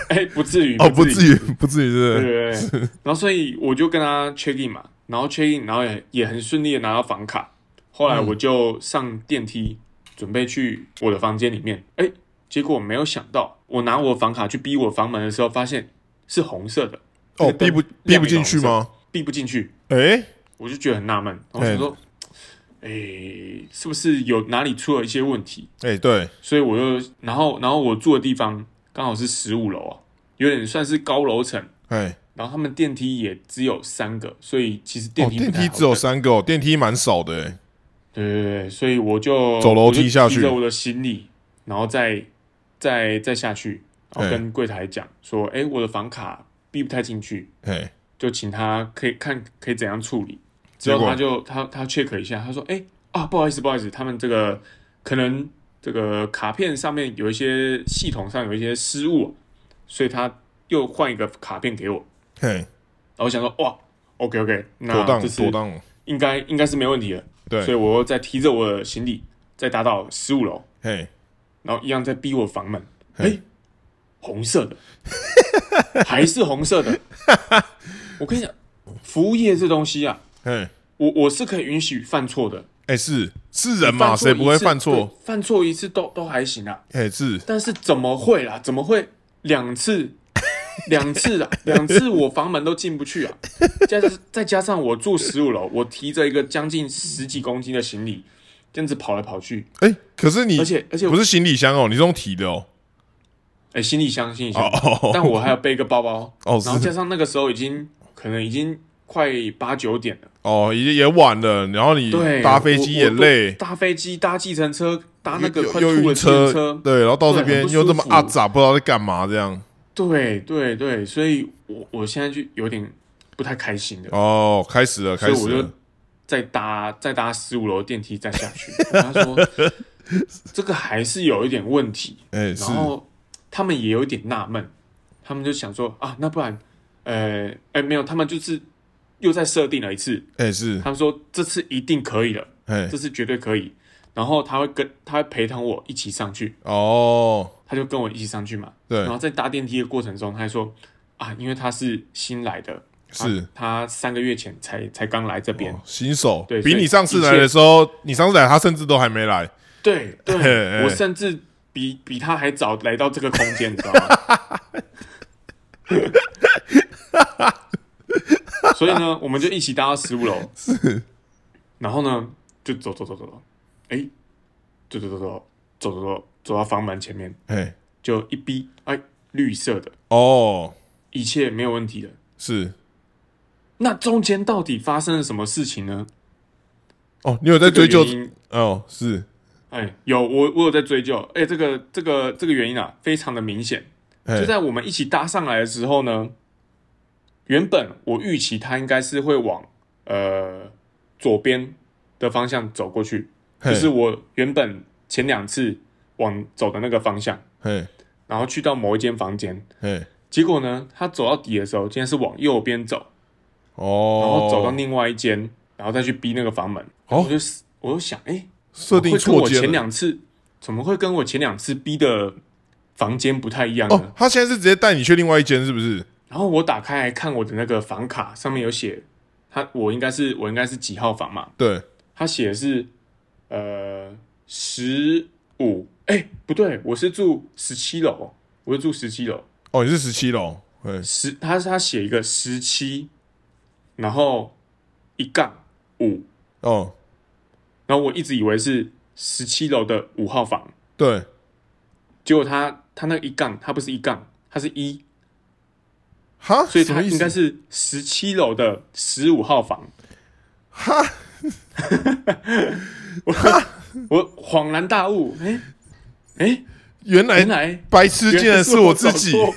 Speaker 2: 哎、不至于
Speaker 1: 哦，不
Speaker 2: 于
Speaker 1: 至于，不至于，
Speaker 2: 对
Speaker 1: 是
Speaker 2: 对对。然后所以我就跟他 check in 嘛，然后 check in，然后也也很顺利的拿到房卡。后来我就上电梯，准备去我的房间里面。哎，结果没有想到，我拿我的房卡去逼我房门的时候，发现是红色的，
Speaker 1: 不是哦，
Speaker 2: 那个
Speaker 1: 逼不
Speaker 2: 灯
Speaker 1: 逼不进去吗？
Speaker 2: 逼不进去。
Speaker 1: 哎，
Speaker 2: 我就觉得很纳闷，然后我想说，哎，是不是有哪里出了一些问题？
Speaker 1: 哎，对，
Speaker 2: 所以我又，然后然后我住的地方刚好是十五楼啊，有点算是高楼层。
Speaker 1: 哎，
Speaker 2: 然后他们电梯也只有三个，所以其实
Speaker 1: 哦，
Speaker 2: 电梯、
Speaker 1: 电梯只有，三个哦，电梯蛮少的，哎
Speaker 2: 对对对，所以我就
Speaker 1: 走楼梯下去
Speaker 2: 我就提着我的行李，然后再再再下去，然后跟柜台讲说，哎，我的房卡逼不太进去，
Speaker 1: 哎，
Speaker 2: 就请他可以看可以怎样处理。
Speaker 1: 结
Speaker 2: 之
Speaker 1: 果
Speaker 2: 后他就他他 check 一下，他说，哎啊，不好意思不好意思，他们这个可能这个卡片上面有一些系统上有一些失误啊，所以他又换一个卡片给我。
Speaker 1: 嘿，
Speaker 2: 然后我想说，哇，OK OK，
Speaker 1: 妥
Speaker 2: 那
Speaker 1: 当
Speaker 2: 这
Speaker 1: 妥
Speaker 2: 次
Speaker 1: 当，
Speaker 2: 应该应该是没问题的，所以
Speaker 1: 对，
Speaker 2: 我又再提着我的行李再搭到十五楼，
Speaker 1: 嘿，
Speaker 2: 然后一样在逼我房门，
Speaker 1: 嘿
Speaker 2: 哎，红色的，还是红 色的。我跟你讲，服务业这东西啊，
Speaker 1: 嘿，
Speaker 2: 我我是可以允许犯错的，
Speaker 1: 哎，是是人
Speaker 2: 犯
Speaker 1: 嘛，
Speaker 2: 错
Speaker 1: 谁不会
Speaker 2: 一次
Speaker 1: 犯
Speaker 2: 对
Speaker 1: 错？
Speaker 2: 犯错一次都都还行啊，
Speaker 1: 哎，是，
Speaker 2: 但是怎么会啦？怎么会 两次？两次啦，两次我房门都进不去啊！加上再加上我住十五楼，我提着一个将近十几公斤的行李，这样子跑来跑去，
Speaker 1: 哎，可是你
Speaker 2: 而且而且
Speaker 1: 不是行李箱哦，你是用提的哦，
Speaker 2: 哎、行李箱行李
Speaker 1: 哦
Speaker 2: 箱，
Speaker 1: 哦
Speaker 2: 但我还要背一个包包，
Speaker 1: 哦
Speaker 2: 然后
Speaker 1: 是
Speaker 2: 加上那个时候已经可能已经快八九点了，
Speaker 1: 哦，也也晚了，然后你
Speaker 2: 对，
Speaker 1: 搭飞机
Speaker 2: 我
Speaker 1: 也
Speaker 2: 我都
Speaker 1: 累，
Speaker 2: 搭飞机搭计程车搭啊那个
Speaker 1: 又
Speaker 2: 快
Speaker 1: 又
Speaker 2: 吐
Speaker 1: 晕
Speaker 2: 了计程
Speaker 1: 车，对，然后到这
Speaker 2: 对
Speaker 1: 边
Speaker 2: 很不
Speaker 1: 又这
Speaker 2: 舒
Speaker 1: 么
Speaker 2: 服
Speaker 1: 阿杂，不知道在干嘛这样。
Speaker 2: 对对对，所以我我现在就有点不太开心的。
Speaker 1: 哦，开始了，开
Speaker 2: 所以我
Speaker 1: 始
Speaker 2: 就
Speaker 1: 了，
Speaker 2: 再搭再搭十五楼电梯再下去。我跟 他说，这个还是有一点问题。
Speaker 1: 哎，是
Speaker 2: 然后他们也有一点纳闷，他们就想说啊，那不然，呃，哎，没有，他们就是又再设定了一次。
Speaker 1: 哎是
Speaker 2: 他们说这次一定可以了，
Speaker 1: 哎
Speaker 2: 这次绝对可以。然后他会跟他会陪同我一起上去，
Speaker 1: 哦，
Speaker 2: 他就跟我一起上去嘛。
Speaker 1: 对
Speaker 2: 然，后在搭电梯的过程中，他还说啊，因为他是新来的，他
Speaker 1: 是
Speaker 2: 他三个月前才才刚来这边，
Speaker 1: 哦新手
Speaker 2: 啊对，
Speaker 1: 比
Speaker 2: 所以
Speaker 1: 你上次
Speaker 2: 一
Speaker 1: 来
Speaker 2: 切
Speaker 1: 的时候，你上次来他甚至都还没来，
Speaker 2: 对
Speaker 1: 嘿
Speaker 2: 对，我
Speaker 1: 嘿
Speaker 2: 甚至比比他还早来到这个空间，你知道 吗？所以呢，我们就一起搭到十五楼，是，然后呢，就走走走走走，哎，走走走走走走走走到房门前面，
Speaker 1: 哎
Speaker 2: 就一逼，哎，绿色的，
Speaker 1: 哦，
Speaker 2: 一切没有问题的。
Speaker 1: 是
Speaker 2: 那中间到底发生了什么事情呢？
Speaker 1: 哦，你有在追究
Speaker 2: 这个原因
Speaker 1: 哦，是
Speaker 2: 哎，有我我有在追究，哎，这个这个这个原因啊，非常的明显。
Speaker 1: 哎
Speaker 2: 就在我们一起搭上来的时候呢，原本我预期他应该是会往呃左边的方向走过去，
Speaker 1: 嘿
Speaker 2: 就是我原本前两次往走的那个方向，
Speaker 1: 嘿
Speaker 2: 然后去到某一间房间，
Speaker 1: 嘿
Speaker 2: 结果呢，他走到底的时候，竟然是往右边走，
Speaker 1: 哦，
Speaker 2: 然后走到另外一间，然后再去逼那个房门。
Speaker 1: 哦
Speaker 2: 我就思我就想，哎、
Speaker 1: 设
Speaker 2: 会
Speaker 1: 定
Speaker 2: 跟我
Speaker 1: 错间
Speaker 2: 前
Speaker 1: 了
Speaker 2: 两次怎么会跟我前两次逼的房间不太一样呢？
Speaker 1: 哦，他现在是直接带你去另外一间是不是？
Speaker 2: 然后我打开来看我的那个房卡，上面有写他，我应该是我应该是几号房嘛？
Speaker 1: 对，
Speaker 2: 他写的是呃十五，哎不对，我是住十七楼，我是住十七楼，
Speaker 1: 哦，你是十七楼，嘿
Speaker 2: 十他他写一个十七，然后一杠五，
Speaker 1: 哦，
Speaker 2: 然后我一直以为是十七楼的五号房，
Speaker 1: 对，
Speaker 2: 结果他他那一杠，他不是一杠，他是一，
Speaker 1: 哈，
Speaker 2: 所以
Speaker 1: 什
Speaker 2: 他
Speaker 1: 么意
Speaker 2: 应该
Speaker 1: 思？
Speaker 2: 是十七楼的十五号房。
Speaker 1: 哈，
Speaker 2: 我恍然大悟，哎、哎、
Speaker 1: 原来
Speaker 2: 原来
Speaker 1: 白痴竟然是
Speaker 2: 我
Speaker 1: 自己，
Speaker 2: 走错，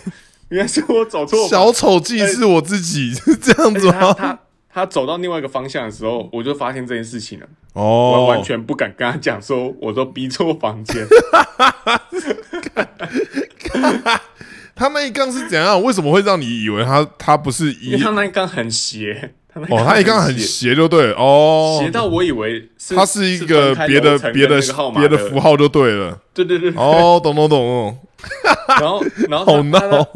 Speaker 2: 原来是我走错。
Speaker 1: 小丑竟是我自己， 是这样
Speaker 2: 而
Speaker 1: 子
Speaker 2: 且他
Speaker 1: 吗？
Speaker 2: 他他走到另外一个方向的时候，我就发现这件事情了，
Speaker 1: 哦，
Speaker 2: 我完全不敢跟他讲说，我都逼错房间。
Speaker 1: 他那一杠是怎样？为什么会让你以为他他不是
Speaker 2: 因
Speaker 1: 一
Speaker 2: 为？他那一杠很斜，他那
Speaker 1: 哦，他一杠很
Speaker 2: 斜，
Speaker 1: 斜就对了哦，
Speaker 2: 斜到我以为是
Speaker 1: 他是一个
Speaker 2: 分开
Speaker 1: 别
Speaker 2: 楼
Speaker 1: 的
Speaker 2: 层
Speaker 1: 别
Speaker 2: 跟
Speaker 1: 的
Speaker 2: 那个号码
Speaker 1: 别的符号就对了。
Speaker 2: 对对对，
Speaker 1: 哦，懂懂懂懂， 哦
Speaker 2: 然后然 后
Speaker 1: 好
Speaker 2: 他他
Speaker 1: 闹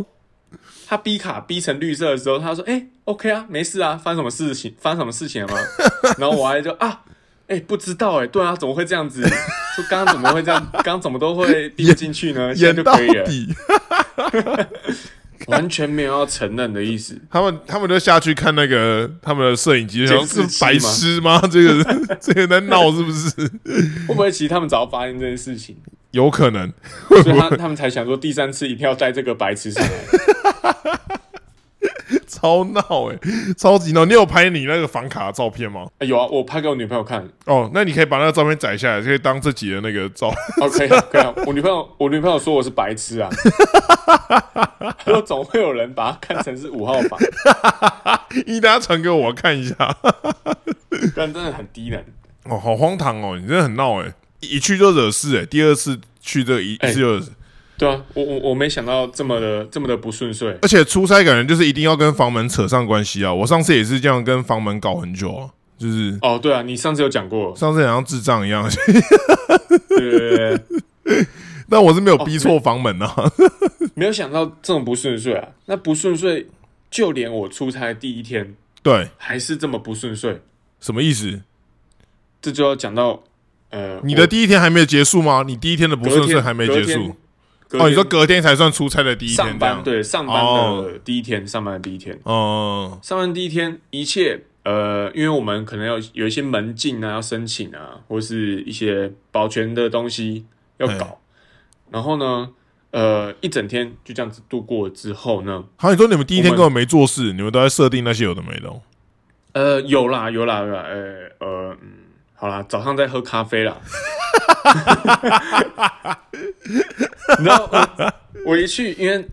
Speaker 2: 他逼卡逼成绿色的时候，他说：“哎、o k 啊，没事啊，发生什么事情？发生什么事情了吗？” 然后我还就啊，哎、不知道哎、对啊，怎么会这样子？说刚刚怎么会这样？刚刚怎么 都会逼不进去呢？现
Speaker 1: 演
Speaker 2: 在就
Speaker 1: 到
Speaker 2: 可以了，
Speaker 1: 底。
Speaker 2: 完全没有要承认的意思。
Speaker 1: 他们他们就下去看那个他们的摄影机，
Speaker 2: 监
Speaker 1: 想
Speaker 2: 视器
Speaker 1: 是白痴吗？这个人这个人在闹是 不是？
Speaker 2: 会不会其实他们早发现这件事情，
Speaker 1: 有可能。
Speaker 2: 所以他他们才想说第三次一定要带这个白痴上来？
Speaker 1: 超闹哎、超级闹！你有拍你那个房卡的照片吗？
Speaker 2: 哎有啊，我拍给我女朋友看。
Speaker 1: 哦，那你可以把那个照片载下来，可以当自己的那个照。
Speaker 2: OK 啊，可以啊。我女朋友，我女朋友说我是白痴啊， 她说总会有人把它看成是五号房，
Speaker 1: 你等下传给我我看一下。
Speaker 2: 但真的很低能。
Speaker 1: 哦，好荒唐哦！你真的很闹哎、一去就惹事哎、第二次去这个一、
Speaker 2: 哎
Speaker 1: 一次就惹事，
Speaker 2: 对啊，我我我没想到这么的这么的不顺遂。
Speaker 1: 而且出差感觉就是一定要跟房门扯上关系啊！我上次也是这样跟房门搞很久啊，就是
Speaker 2: 哦，对啊，你上次有讲过，
Speaker 1: 上次好像智障一样，
Speaker 2: 对对对对，
Speaker 1: 但我是没有逼错房门啊。
Speaker 2: 哦没有想到这种不顺遂啊。那不顺遂，就连我出差第一天
Speaker 1: 对，
Speaker 2: 还是这么不顺遂，
Speaker 1: 什么意思？
Speaker 2: 这就要讲到呃，
Speaker 1: 你的第一天还没有结束吗？你第一天的
Speaker 2: 我
Speaker 1: 不
Speaker 2: 隔
Speaker 1: 顺
Speaker 2: 天
Speaker 1: 遂还没结束？，
Speaker 2: 隔天隔天
Speaker 1: 哦，你说隔天才算出差的第一天
Speaker 2: 上
Speaker 1: 这样
Speaker 2: 班？对上班的
Speaker 1: 哦
Speaker 2: 第一天，上班的第一天，
Speaker 1: 嗯，
Speaker 2: 上班第一天一切。呃，因为我们可能要有一些门禁啊，要申请啊，或是一些保全的东西要搞。然后呢，呃，一整天就这样子度过之后呢，
Speaker 1: 好，你说你们第一天
Speaker 2: 我们
Speaker 1: 根本没做事，你们都在设定那些有的没的哦。
Speaker 2: 呃，有啦，有啦，有啦，呃呃，嗯，好啦，早上在喝咖啡啦。 然后我我一去，因为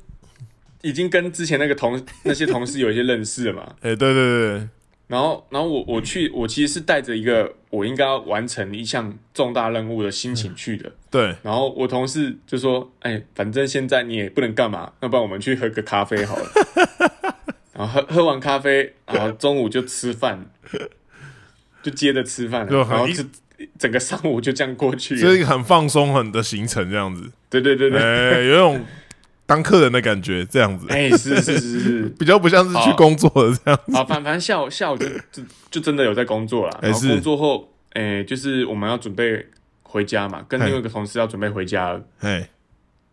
Speaker 2: 已经跟之前那个同那些同事有一些认识了嘛，
Speaker 1: 哎、对对对，
Speaker 2: 然后然后我我去，我其实是带着一个我应该要完成一项重大任务的心情去的。
Speaker 1: 对，
Speaker 2: 然后我同事就说：“哎，反正现在你也不能干嘛，要不然我们去喝个咖啡 好了。”然后喝喝完咖啡，然后中午就吃饭，就接着吃饭了，
Speaker 1: 就
Speaker 2: 然
Speaker 1: 很
Speaker 2: 后
Speaker 1: 一
Speaker 2: 就整个上午就这样过去了。
Speaker 1: 这是一个很放松很的行程这样子，
Speaker 2: 对对对
Speaker 1: 哎、
Speaker 2: 对，
Speaker 1: 有一种当客人的感觉这样子，
Speaker 2: 哎，是是是是，
Speaker 1: 比较不像是去
Speaker 2: 好
Speaker 1: 工作的这 样。
Speaker 2: 啊，反反正下午下午就就就真的有在工作了。
Speaker 1: 哎
Speaker 2: 然后
Speaker 1: 是
Speaker 2: 工作后，哎，就是我们要准备回家嘛，跟另外一个同事要准备回家了。
Speaker 1: 哎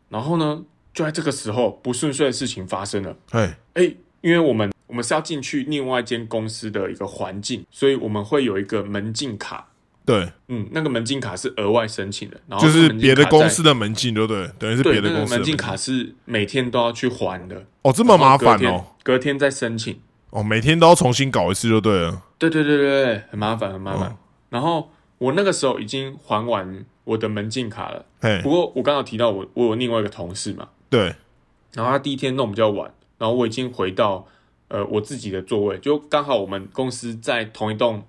Speaker 2: 然后呢，就在这个时候，不顺遂的事情发生了。
Speaker 1: 哎
Speaker 2: 哎、因为我们我们是要进去另外一间公司的一个环境，所以我们会有一个门禁卡。
Speaker 1: 对，
Speaker 2: 嗯，那个门禁卡是额外申请的，然后
Speaker 1: 就是别的公
Speaker 2: 司
Speaker 1: 司的门禁，对不对？等于是
Speaker 2: 对
Speaker 1: 别的
Speaker 2: 那
Speaker 1: 公
Speaker 2: 个
Speaker 1: 司的
Speaker 2: 门禁卡是每天都要去还的，
Speaker 1: 哦，这
Speaker 2: 这
Speaker 1: 么麻烦哦，，
Speaker 2: 隔天再申请。
Speaker 1: 哦，每天都要重新搞一次就对了。
Speaker 2: 对对对对对，很麻烦很麻烦。
Speaker 1: 嗯
Speaker 2: 然后我那个时候已经还完我的门禁卡了，
Speaker 1: 嘿
Speaker 2: 不，过我刚刚有提到我我有另外一个同事嘛，
Speaker 1: 对，
Speaker 2: 然后他第一天弄比较晚，然后我已经回到呃我自己的座位，就刚好我们公司在同一栋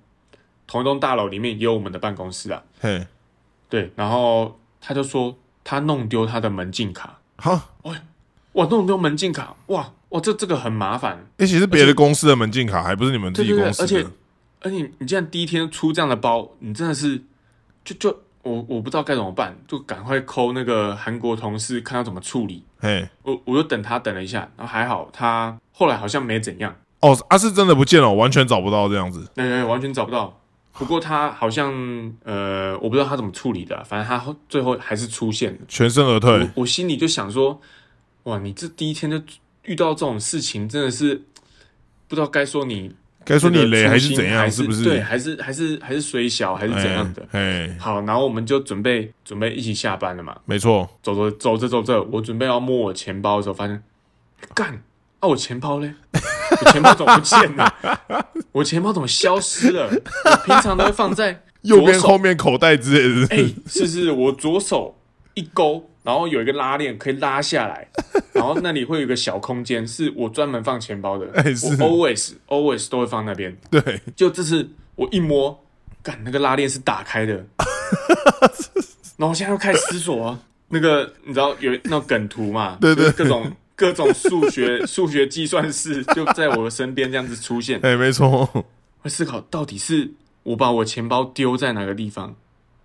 Speaker 2: 同一栋大楼里面也有我们的办公室啊，
Speaker 1: 嘿，
Speaker 2: 对，然后他就说他弄丢他的门禁卡，
Speaker 1: 好，
Speaker 2: 哇，弄丢门禁卡，哇哇这这个很麻烦，
Speaker 1: 而且是别的公司的门禁卡，还不是你们自
Speaker 2: 对
Speaker 1: 己
Speaker 2: 对对
Speaker 1: 公，司
Speaker 2: 而且
Speaker 1: 的。
Speaker 2: 而且你竟然第一天出这样的包，你真的是就就我我不知道该怎么办，就赶快抠那个韩国同事看他怎么处理。
Speaker 1: 嘿，
Speaker 2: 我我就等他等了一下，然后还好他后来好像没怎样，
Speaker 1: 哦，啊，是真的不见了，完全找不到这样子。
Speaker 2: 那、完全找不到。不过他好像呃，我不知道他怎么处理的啊、反正他后最后还是出现了。
Speaker 1: 全身而退
Speaker 2: 我，我心里就想说，哇，你这第一天就遇到这种事情，真的是不知道该说你
Speaker 1: 该说你
Speaker 2: 这个
Speaker 1: 雷
Speaker 2: 粗
Speaker 1: 还是
Speaker 2: 心
Speaker 1: 怎样，
Speaker 2: 还
Speaker 1: 是不是？
Speaker 2: 对，还是还是还是水小还是怎样的？
Speaker 1: 哎？嘿，
Speaker 2: 好，然后我们就准备准备一起下班了嘛，
Speaker 1: 没错，
Speaker 2: 走走走着走着，我准备要摸我钱包的时候，发现干啊，我钱包嘞， 我钱包怎么不见了？我钱包怎么消失了？我平常都会放在
Speaker 1: 右边
Speaker 2: 左手
Speaker 1: 后面口袋之类的。
Speaker 2: 哎、是是，我左手一勾，然后有一个拉链可以拉下来，然后那里会有一个小空间，是我专门放钱包的。
Speaker 1: 哎
Speaker 2: 我
Speaker 1: 是
Speaker 2: always always 都会放那边。
Speaker 1: 对，
Speaker 2: 就这次我一摸，干那个拉链是打 开的，然后我现在又开始思索、啊、那个你知道有那种梗图嘛？
Speaker 1: 对对
Speaker 2: 就是各种各种数学数学计算式就在我身边这样子出现。
Speaker 1: 哎，没错，
Speaker 2: 会思考到底是我把我钱包丢在哪个地方，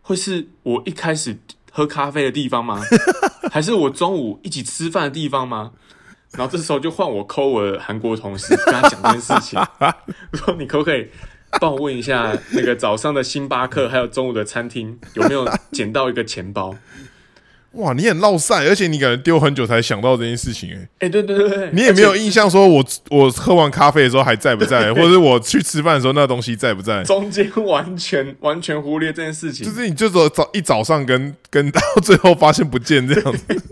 Speaker 2: 会是我一开始喝咖啡的地方吗？还是我中午一起吃饭的地方吗？然后这时候就换我抠我的韩国同事，跟他讲这件事情，说你可不可以帮我问一下那个早上的星巴克还有中午的餐厅有没有捡到一个钱包？
Speaker 1: 哇，你很落晒，而且你感觉丢很久才想到这件事情，哎，
Speaker 2: 哎、对对对对，
Speaker 1: 你也没有印象说我我喝完咖啡的时候还在不 在，或者是我去吃饭的时候那东西在不在？
Speaker 2: 中间完全完全忽略这件事情
Speaker 1: 就，是你就早早一早上跟跟到最后发现不见这 样子，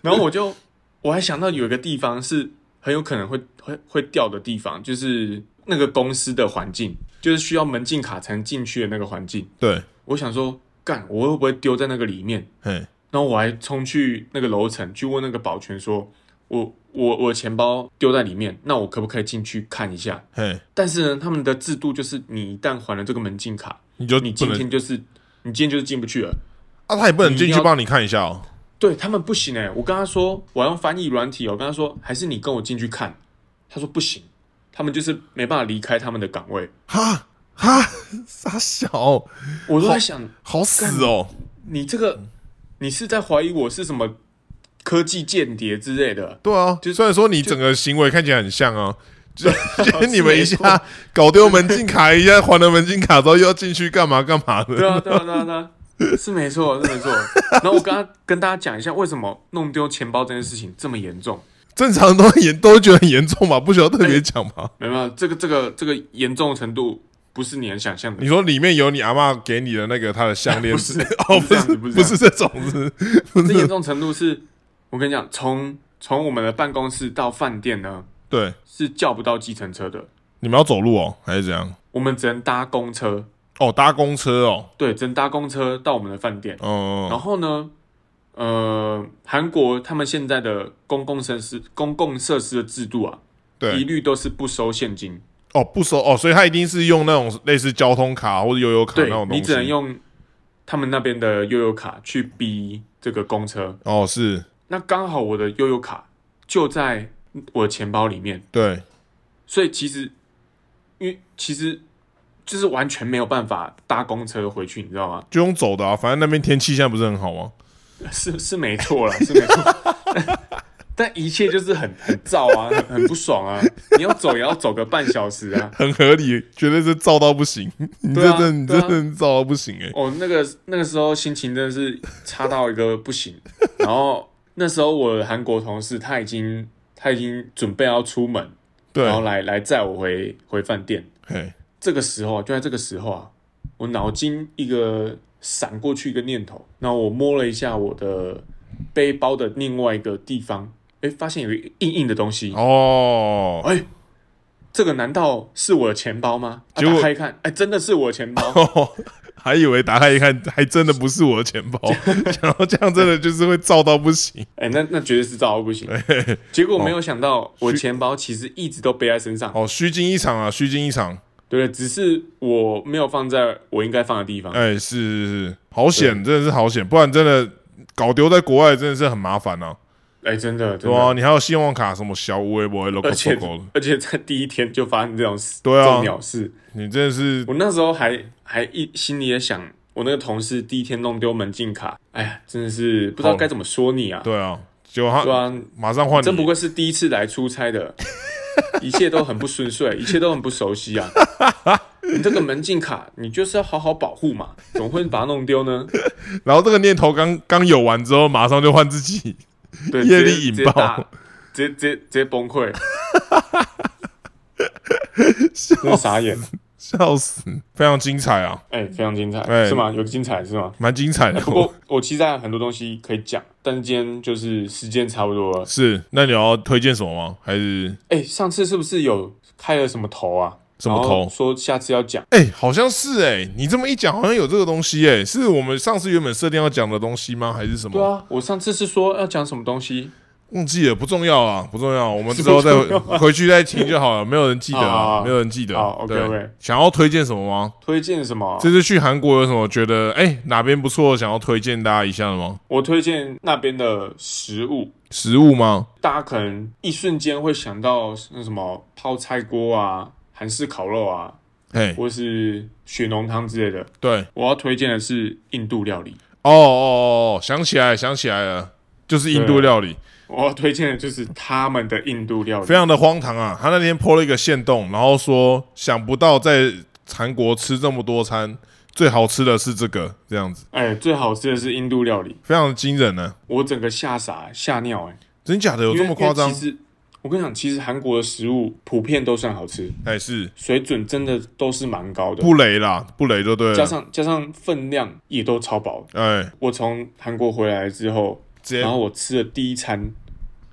Speaker 2: 然后我就我还想到有一个地方是很有可能会会会掉的地方，就是那个公司的环境，就是需要门禁卡才能进去的那个环境。
Speaker 1: 对，
Speaker 2: 我想说，干，我会不会丢在那个里面？
Speaker 1: 嘿，
Speaker 2: 然后我还冲去那个楼层去问那个保全说，我我我钱包丢在里面，那我可不可以进去看一下？
Speaker 1: 嘿，
Speaker 2: 但是呢，他们的制度就是，你一旦还了这个门禁卡，
Speaker 1: 你就
Speaker 2: 你
Speaker 1: 不
Speaker 2: 今
Speaker 1: 能
Speaker 2: 天就是你今天就是进不去了。
Speaker 1: 啊，他也不能进
Speaker 2: 你
Speaker 1: 去
Speaker 2: 要
Speaker 1: 帮你看一下哦，
Speaker 2: 对他们不行哎、我跟他说我要用翻译软体哦，我跟他说还是你跟我进去看，他说不行，他们就是没办法离开他们的岗位。
Speaker 1: 哈哈，傻小，
Speaker 2: 我都在想，
Speaker 1: 好死哦，
Speaker 2: 你这个你是在怀疑我是什么科技间谍之类的？
Speaker 1: 对啊，
Speaker 2: 就
Speaker 1: 虽然说你整个行为看起来很像 啊，就就是你们一
Speaker 2: 没
Speaker 1: 下搞丢门禁卡，一下还了门禁卡之后又要进去干嘛干嘛
Speaker 2: 对
Speaker 1: 的，
Speaker 2: 啊，对啊，对啊， 对啊，是没错，是没错。然后我跟他跟大家讲一下为什么弄丢钱包这件事情这么严重。
Speaker 1: 正常都严都觉得很严重嘛，不需要特
Speaker 2: 哎
Speaker 1: 别讲嘛。
Speaker 2: 没有，没有这个这个这个严重的程度不是你能想象的
Speaker 1: 你。说里面有你阿嬷给你的那个她的项链，
Speaker 2: 不是
Speaker 1: 哦，
Speaker 2: 不是这样子
Speaker 1: 不
Speaker 2: 不
Speaker 1: 是
Speaker 2: 是这
Speaker 1: 这
Speaker 2: 样子
Speaker 1: 种是，不
Speaker 2: 这严
Speaker 1: 是
Speaker 2: 重程度是，我跟你讲，从从我们的办公室到饭店呢，
Speaker 1: 对，
Speaker 2: 是叫不到计程车的，
Speaker 1: 你们要走路哦，还是怎样？
Speaker 2: 我们只能搭公车，
Speaker 1: 哦，搭公车哦，
Speaker 2: 对，只能搭公车到我们的饭店。然
Speaker 1: 哦，
Speaker 2: 后呢，呃，韩国他们现在的公共设施、公共设施的制度啊，一
Speaker 1: 对，
Speaker 2: 律都是不收现金，
Speaker 1: 哦不收哦，所以他一定是用那种类似交通卡或者悠游卡那
Speaker 2: 对
Speaker 1: 种东西，
Speaker 2: 你只能用他们那边的悠游卡去逼这个公车。
Speaker 1: 哦，是
Speaker 2: 那刚好我的悠游卡就在我的钱包里面，
Speaker 1: 对，
Speaker 2: 所以其实，因为其实就是完全没有办法搭公车回去，你知道吗？
Speaker 1: 就用走的啊，反正那边天气现在不是很好吗？啊
Speaker 2: 是是没错啦，是没错。 但但一切就是很很燥啊，很很不爽啊！你要走也要走个半小时啊！
Speaker 1: 很合理，绝对是燥到不行。 你
Speaker 2: 对
Speaker 1: 这
Speaker 2: 啊
Speaker 1: 真，你这
Speaker 2: 对啊
Speaker 1: 真燥到不行哎、
Speaker 2: 哦，那个那个时候心情真的是差到一个不行。然后那时候我的韩国同事他已经他已经准备要出门，然后
Speaker 1: 对，
Speaker 2: 来来载我回回饭店。
Speaker 1: 嘿，
Speaker 2: 这个时候，就在这个时候啊，我脑筋一个闪过去一个念头，然后我摸了一下我的背包的另外一个地方，哎，发现有一个硬硬的东西，
Speaker 1: 哦，
Speaker 2: 哎，这个难道是我的钱包吗？啊、
Speaker 1: 结果
Speaker 2: 打开一看，哎，真的是我的 钱包。
Speaker 1: 哦还以为打开一看，还真的不是我的钱 包，然后这样真的就是会燥到不行。
Speaker 2: 哎、那那绝对是照到 不行。结果没有想到，我钱包其实一直都背在身上，
Speaker 1: 哦，虚惊一场啊，虚惊一场。
Speaker 2: 对，只是我没有放在我应该放的地方。
Speaker 1: 哎、是是是，好险，真的是好险，不然真的搞丢在国外真的是很麻烦啊。
Speaker 2: 哎、真的，真
Speaker 1: 对
Speaker 2: 的，
Speaker 1: 啊，你还有信用卡什么小乌微博、local
Speaker 2: 而且
Speaker 1: local 的，
Speaker 2: 而且在第一天就发生这种事，
Speaker 1: 对啊
Speaker 2: 这种鸟事。
Speaker 1: 你真的是
Speaker 2: 我那时候还还一心里也想，我那个同事第一天弄丢门禁卡，哎呀，真的是不知道该怎么说你啊。
Speaker 1: 对啊，结果他
Speaker 2: 对啊，
Speaker 1: 马上换
Speaker 2: 真不
Speaker 1: 你，
Speaker 2: 愧是第一次来出差 的，一切都很不顺遂，一切都很不熟悉 啊。你这个门禁卡，你就是要好好保护嘛，怎么会把它弄丢呢？
Speaker 1: 然后这个念头刚刚有完之后，马上就换自己，
Speaker 2: 对，
Speaker 1: 业
Speaker 2: 直接
Speaker 1: 力引
Speaker 2: 直接
Speaker 1: 爆
Speaker 2: 大直接直接直接 崩溃，真的傻眼，
Speaker 1: 笑死，非常精彩啊，
Speaker 2: 哎、非常精彩，
Speaker 1: 哎
Speaker 2: 是吗？有精彩是吗？
Speaker 1: 蛮精彩的。
Speaker 2: 不过我其实还有很多东西可以讲，但是今天就是时间差不多了。
Speaker 1: 是，那你要推荐什么吗？还是
Speaker 2: 哎、上次是不是有开了什么头啊？
Speaker 1: 什么头
Speaker 2: 然后说下次要讲。
Speaker 1: 哎、好像是哎、你这么一讲，好像有这个东西哎、是我们上次原本设定要讲的东西吗？还是什么？
Speaker 2: 对啊，我上次是说要讲什么东西，
Speaker 1: 忘记了，不重要啊，不重要，我们之后再回去再听就好了，没有人记得
Speaker 2: 啊
Speaker 1: 啊，
Speaker 2: 啊
Speaker 1: 没有人记得。
Speaker 2: 啊，OK，
Speaker 1: 对
Speaker 2: OK
Speaker 1: 想要推荐什么吗？
Speaker 2: 推荐什么？
Speaker 1: 这次去韩国有什么觉得哎、哪边不错，想要推荐大家一下的吗？
Speaker 2: 我推荐那边的食物，
Speaker 1: 食物吗？
Speaker 2: 大家可能一瞬间会想到那什么泡菜锅啊、韩式烤肉啊，
Speaker 1: 哎，
Speaker 2: 或是血浓汤之类的。
Speaker 1: 对，哦
Speaker 2: 我要推荐的是印度料理，
Speaker 1: 哦哦哦，想起来，想起来了，就是印度料理，
Speaker 2: 我要推荐的就是他们的印度料理
Speaker 1: 非。常的荒唐啊！他那天 PO 了一个线动，然后说想不到在韩国吃这么多餐，最好吃的是这个，这样子，
Speaker 2: 哎、最好吃的是印度料理，
Speaker 1: 非常的惊人呢、
Speaker 2: 我整个吓傻吓尿哎、
Speaker 1: 真假的有
Speaker 2: 因
Speaker 1: 这
Speaker 2: 为
Speaker 1: 么夸
Speaker 2: 因
Speaker 1: 张
Speaker 2: 为？其实我跟你讲，其实韩国的食物普遍都算好吃，
Speaker 1: 哎，是
Speaker 2: 水准真的都是蛮高的，
Speaker 1: 不雷啦，不雷就对
Speaker 2: 加
Speaker 1: 了。
Speaker 2: 上加上分量也都超饱。
Speaker 1: 哎，
Speaker 2: 我从韩国回来之后，
Speaker 1: 直接
Speaker 2: 然后我吃了第一餐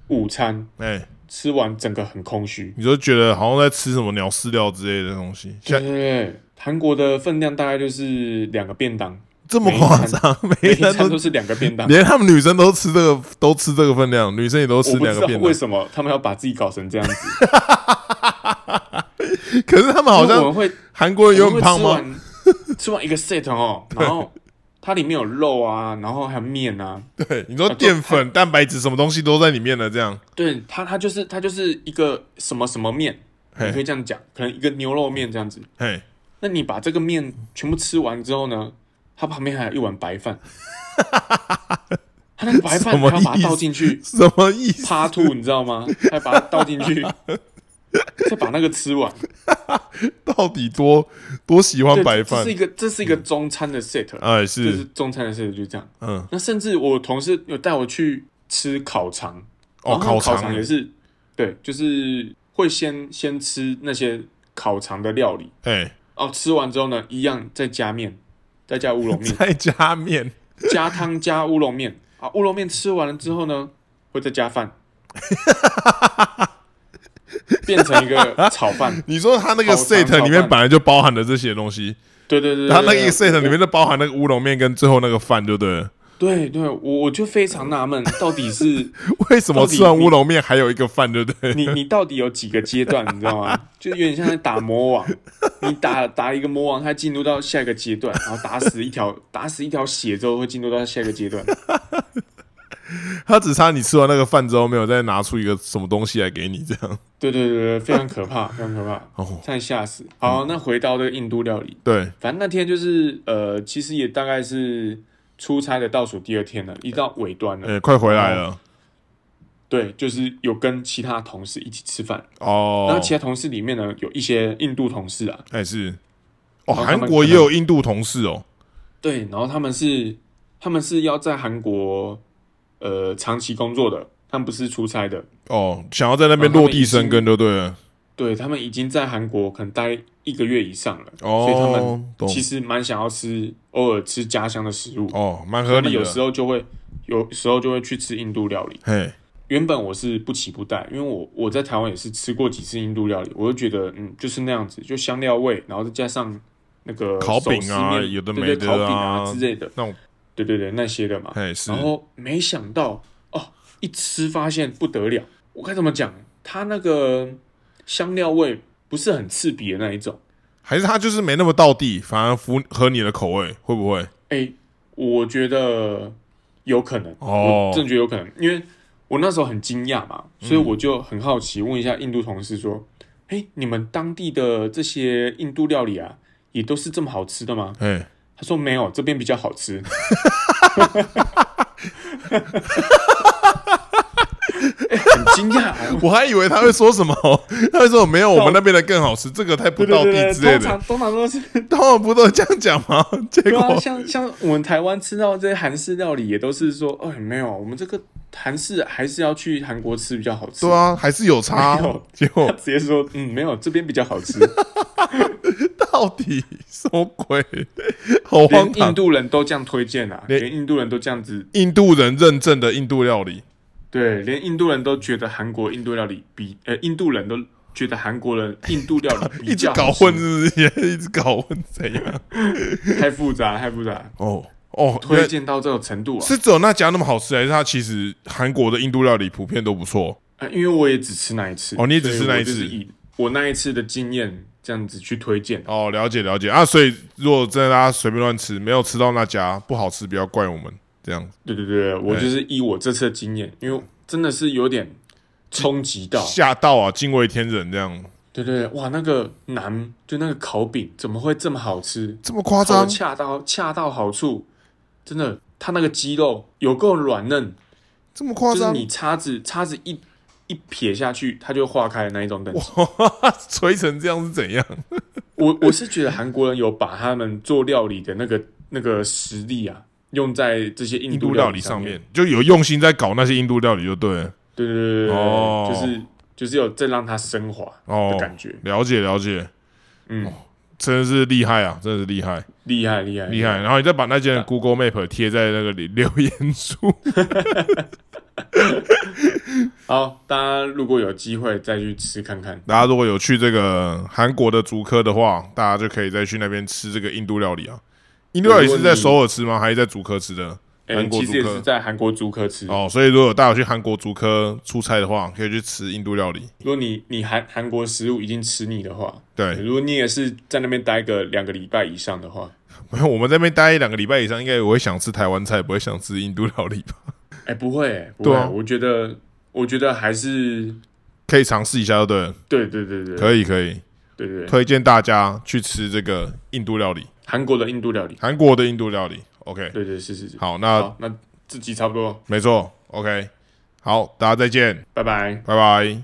Speaker 2: 午餐，
Speaker 1: 哎，
Speaker 2: 吃完整个很空虚。
Speaker 1: 你就觉得好像在吃什么鸟饲料之类的东西，
Speaker 2: 对
Speaker 1: 像
Speaker 2: 对对，韩国的分量大概就是两个便当，
Speaker 1: 这么夸张，每
Speaker 2: 每
Speaker 1: 一
Speaker 2: 一
Speaker 1: 餐
Speaker 2: 餐
Speaker 1: 都
Speaker 2: 都是两个便当。
Speaker 1: 连他们女生都吃这个，都吃这个分量，女生也都吃
Speaker 2: 我不
Speaker 1: 两
Speaker 2: 知
Speaker 1: 个
Speaker 2: 道
Speaker 1: 便当
Speaker 2: 为。什么他们要把自己搞成这样子，
Speaker 1: 可是他们好
Speaker 2: 因为我
Speaker 1: 像
Speaker 2: 们会
Speaker 1: 韩国人有
Speaker 2: 我
Speaker 1: 很
Speaker 2: 们会
Speaker 1: 胖
Speaker 2: 吃
Speaker 1: 吗？
Speaker 2: 完吃完一个 set 哦，然后它里面有肉啊，然后还有面啊，
Speaker 1: 对，你说淀粉、蛋白质什么东西都在里面了，这样。
Speaker 2: 对它它就是它就是一个什么什么面，你可以
Speaker 1: 嘿，
Speaker 2: 这样讲，可能一个牛肉面这样子。
Speaker 1: 嘿，
Speaker 2: 那你把这个面全部吃完之后呢，它旁边还有一碗 白饭，它那个白饭
Speaker 1: 什么
Speaker 2: 还要把
Speaker 1: 意思
Speaker 2: 它倒进去
Speaker 1: 什么意思？
Speaker 2: 趴吐，你知道吗？还把它倒进去，再把那个 吃完。
Speaker 1: 到底多多喜欢
Speaker 2: 对，
Speaker 1: 白
Speaker 2: 这
Speaker 1: 饭
Speaker 2: 是？一个这是一个中餐的 set，
Speaker 1: 哎，
Speaker 2: 这是
Speaker 1: 是，
Speaker 2: 中餐的 set 就这样。
Speaker 1: 嗯，
Speaker 2: 那甚至我同事有带我去吃烤肠，
Speaker 1: 哦，
Speaker 2: 然后
Speaker 1: 烤
Speaker 2: 烤
Speaker 1: 肠
Speaker 2: 也，是，对，就是会先先吃那些烤肠的料理，
Speaker 1: 哎，
Speaker 2: 哦，吃完之后呢，一样再加面，再加乌龙面，
Speaker 1: 再加 面，
Speaker 2: 加汤加乌龙面啊，乌龙面吃完了之后呢，会再加 饭，变成一个炒饭。
Speaker 1: 你说他那个
Speaker 2: 烤肠
Speaker 1: set
Speaker 2: 炒
Speaker 1: 里面
Speaker 2: 饭
Speaker 1: 本来就包含了这些东西，
Speaker 2: 对对对对，
Speaker 1: 他那
Speaker 2: 对
Speaker 1: 个 set 里面就包含那个乌龙面跟最后那个饭，对不 对了？
Speaker 2: 对对，我我就非常纳 闷，到底是
Speaker 1: 为什么
Speaker 2: 到底
Speaker 1: 吃完
Speaker 2: 你
Speaker 1: 乌龙面还有一个饭，对不对？
Speaker 2: 你你到底有几个阶段，你知道吗？就有点像在打魔王，你打打一个魔王，他进入到下一个阶段，然后打死 一条打死一条血之后，会进入到下一个阶段。
Speaker 1: 他只差你吃完那个饭之后，没有再拿出一个什么东西来给你，这样。
Speaker 2: 对对对对，非常可怕，非常可怕，
Speaker 1: 哦，
Speaker 2: 差点吓死。好，那回到这个印度料理，
Speaker 1: 对，
Speaker 2: 反正那天就是呃，其实也大概是出差的倒数第二天了，一到尾端了。
Speaker 1: 呃、快回来了。
Speaker 2: 对，就是有跟其他同事一起吃饭，然
Speaker 1: 哦
Speaker 2: 后，其他同事里面呢，有一些印度同事啊，
Speaker 1: 还、是哦，
Speaker 2: 然后他
Speaker 1: 韩
Speaker 2: 们
Speaker 1: 国也有印度同事哦。
Speaker 2: 对，然后他们是他们是要在韩国呃长期工作的，他们不是出差的，哦
Speaker 1: 哦，想要在那边落地生根，就对了。
Speaker 2: 对他们已经在韩国可能待一个月以上了，所以他
Speaker 1: 哦
Speaker 2: 们，
Speaker 1: 懂
Speaker 2: 其实蛮想要吃偶尔吃家乡的食物。
Speaker 1: 哦，蛮
Speaker 2: 他
Speaker 1: 合
Speaker 2: 们
Speaker 1: 理
Speaker 2: 有时
Speaker 1: 的。
Speaker 2: 候就会有时候就会去吃印度料理。
Speaker 1: 嘿，
Speaker 2: 原本我是不期不待，因为我我在台湾也是吃过几次印度料理，我就觉得嗯就是那样子，就香料味，然后再加上那个
Speaker 1: 烤饼啊
Speaker 2: 手撕面
Speaker 1: 有的
Speaker 2: 对
Speaker 1: 没的啊
Speaker 2: 对烤饼啊之类的，
Speaker 1: 那种
Speaker 2: 对对对那些的嘛。
Speaker 1: 嘿是
Speaker 2: 然后没想到哦，一吃发现不得了，我该怎么讲？它那个香料味不是很刺鼻的那一种。
Speaker 1: 还是他就是没那么到地，反而符合你的口味，会不会？
Speaker 2: 哎，我觉得有可能，
Speaker 1: 哦嗯
Speaker 2: 我真的觉得有可能，因为我那时候很惊讶嘛，所以我就很好奇问一下印度同事说：“哎，你们当地的这些印度料理啊，也都是这么好吃的吗
Speaker 1: 嘿，？”
Speaker 2: 他说：“没有，这边比较好吃。 哎”很惊讶，
Speaker 1: 我还以为他会说什么， 他会说没有我们那边的更好吃，这个 太不
Speaker 2: 对
Speaker 1: 到
Speaker 2: 对
Speaker 1: 地
Speaker 2: 对 对，
Speaker 1: 之类
Speaker 2: 通
Speaker 1: 的。
Speaker 2: 常通常都是
Speaker 1: 他们不都这样讲吗？ 结
Speaker 2: 对啊，
Speaker 1: 果
Speaker 2: 像像我们台湾吃到这些韩式料理，也都是说，哎，没有，我们这个韩式还是要去韩国吃比较好吃。
Speaker 1: 对啊，还是有差
Speaker 2: 没有。
Speaker 1: 结
Speaker 2: 他
Speaker 1: 果
Speaker 2: 直接说，嗯，没有，这边比较好吃，
Speaker 1: 到底什么鬼？好 荒
Speaker 2: 连印
Speaker 1: 唐！
Speaker 2: 度人都这样推荐啊，
Speaker 1: 连
Speaker 2: 连印度人都这样子，
Speaker 1: 印度人认证的印度料理，
Speaker 2: 对，连印度人都觉得韩国印度料理比，呃，印度人都觉得韩国人印度料 理
Speaker 1: 一直
Speaker 2: 比较
Speaker 1: 搞
Speaker 2: 好吃
Speaker 1: 混，是不是？一 直搞混怎样？
Speaker 2: 太复杂，太复杂，
Speaker 1: 哦哦，原
Speaker 2: 推
Speaker 1: 来
Speaker 2: 荐到这种程度啊，
Speaker 1: 是只有那家那么好吃，还是它其实韩国的印度料理普遍都不错？
Speaker 2: 呃因为我也只吃那一次，
Speaker 1: 哦你也只吃
Speaker 2: 所以
Speaker 1: 那
Speaker 2: 我
Speaker 1: 一次
Speaker 2: 就是以我那一次的经验这样子去推荐，
Speaker 1: 哦，了解了解啊。所以如果真的大家随便乱吃，没有吃到那家不好吃，不要怪我们这样。
Speaker 2: 对对对，我就是以我这次的经验，因为真的是有点冲击到，
Speaker 1: 吓到啊，惊为天人这样，
Speaker 2: 对对，对哇，那个馕就那个烤饼怎么会这么好吃？
Speaker 1: 这么夸
Speaker 2: 烤得
Speaker 1: 张？
Speaker 2: 恰到恰到好处，真的，它那个鸡肉有够软嫩，
Speaker 1: 这么夸
Speaker 2: 就是
Speaker 1: 张？
Speaker 2: 你叉子叉子一一撇下去，它就化开的那一种等级。
Speaker 1: 吹成这样是怎样？
Speaker 2: 我我是觉得韩国人有把他们做料理的那个那个实力啊，用在这些印
Speaker 1: 印度料
Speaker 2: 料
Speaker 1: 理上
Speaker 2: 上
Speaker 1: 面。就有用心在搞那些印度料理，就对了。
Speaker 2: 对对对对对，
Speaker 1: 哦
Speaker 2: 就是就是有在让它升华
Speaker 1: 哦
Speaker 2: 的感觉，
Speaker 1: 了解了解，哦
Speaker 2: 嗯，
Speaker 1: 真的是厉害啊，真的是厉害
Speaker 2: 厉害厉害
Speaker 1: 厉害。然后你再把那
Speaker 2: 啊
Speaker 1: 间的 Google Map 贴在那个里留言处，
Speaker 2: 好，大家如果有机会再去吃看看，
Speaker 1: 大家如果有去这个韩国的竹科的话，大家就可以再去那边吃这个印度料理啊。印度料理是在首尔吃吗？还是在竹科吃的？
Speaker 2: 哎、
Speaker 1: 韩国
Speaker 2: 其
Speaker 1: 竹
Speaker 2: 实也是
Speaker 1: 科
Speaker 2: 在韩国租客吃。
Speaker 1: 哦，所以如果大家有去韩国竹科出差的话，可以去吃印度料理。
Speaker 2: 如果你你韩韩国食物已经吃腻的话，
Speaker 1: 对，
Speaker 2: 如果你也是在那边待个两个礼拜以上的话，
Speaker 1: 没有，我们在那边待一两个礼拜以上，应该我会想吃台湾菜，不会想吃印度料理吧？
Speaker 2: 哎、不会、不会，
Speaker 1: 对啊
Speaker 2: 我觉得我觉得还是
Speaker 1: 可以尝试一下，就对了。
Speaker 2: 对对对对，
Speaker 1: 可以，可以，
Speaker 2: 对对对，
Speaker 1: 推荐大家去吃这个印度料理，
Speaker 2: 韩国的印度料理，
Speaker 1: 韩国的印度料理。OK，
Speaker 2: 对对是是是，
Speaker 1: 好，那
Speaker 2: 好，那这集差不多，
Speaker 1: 没错，OK，好，大家再见，
Speaker 2: 拜拜。
Speaker 1: 拜拜。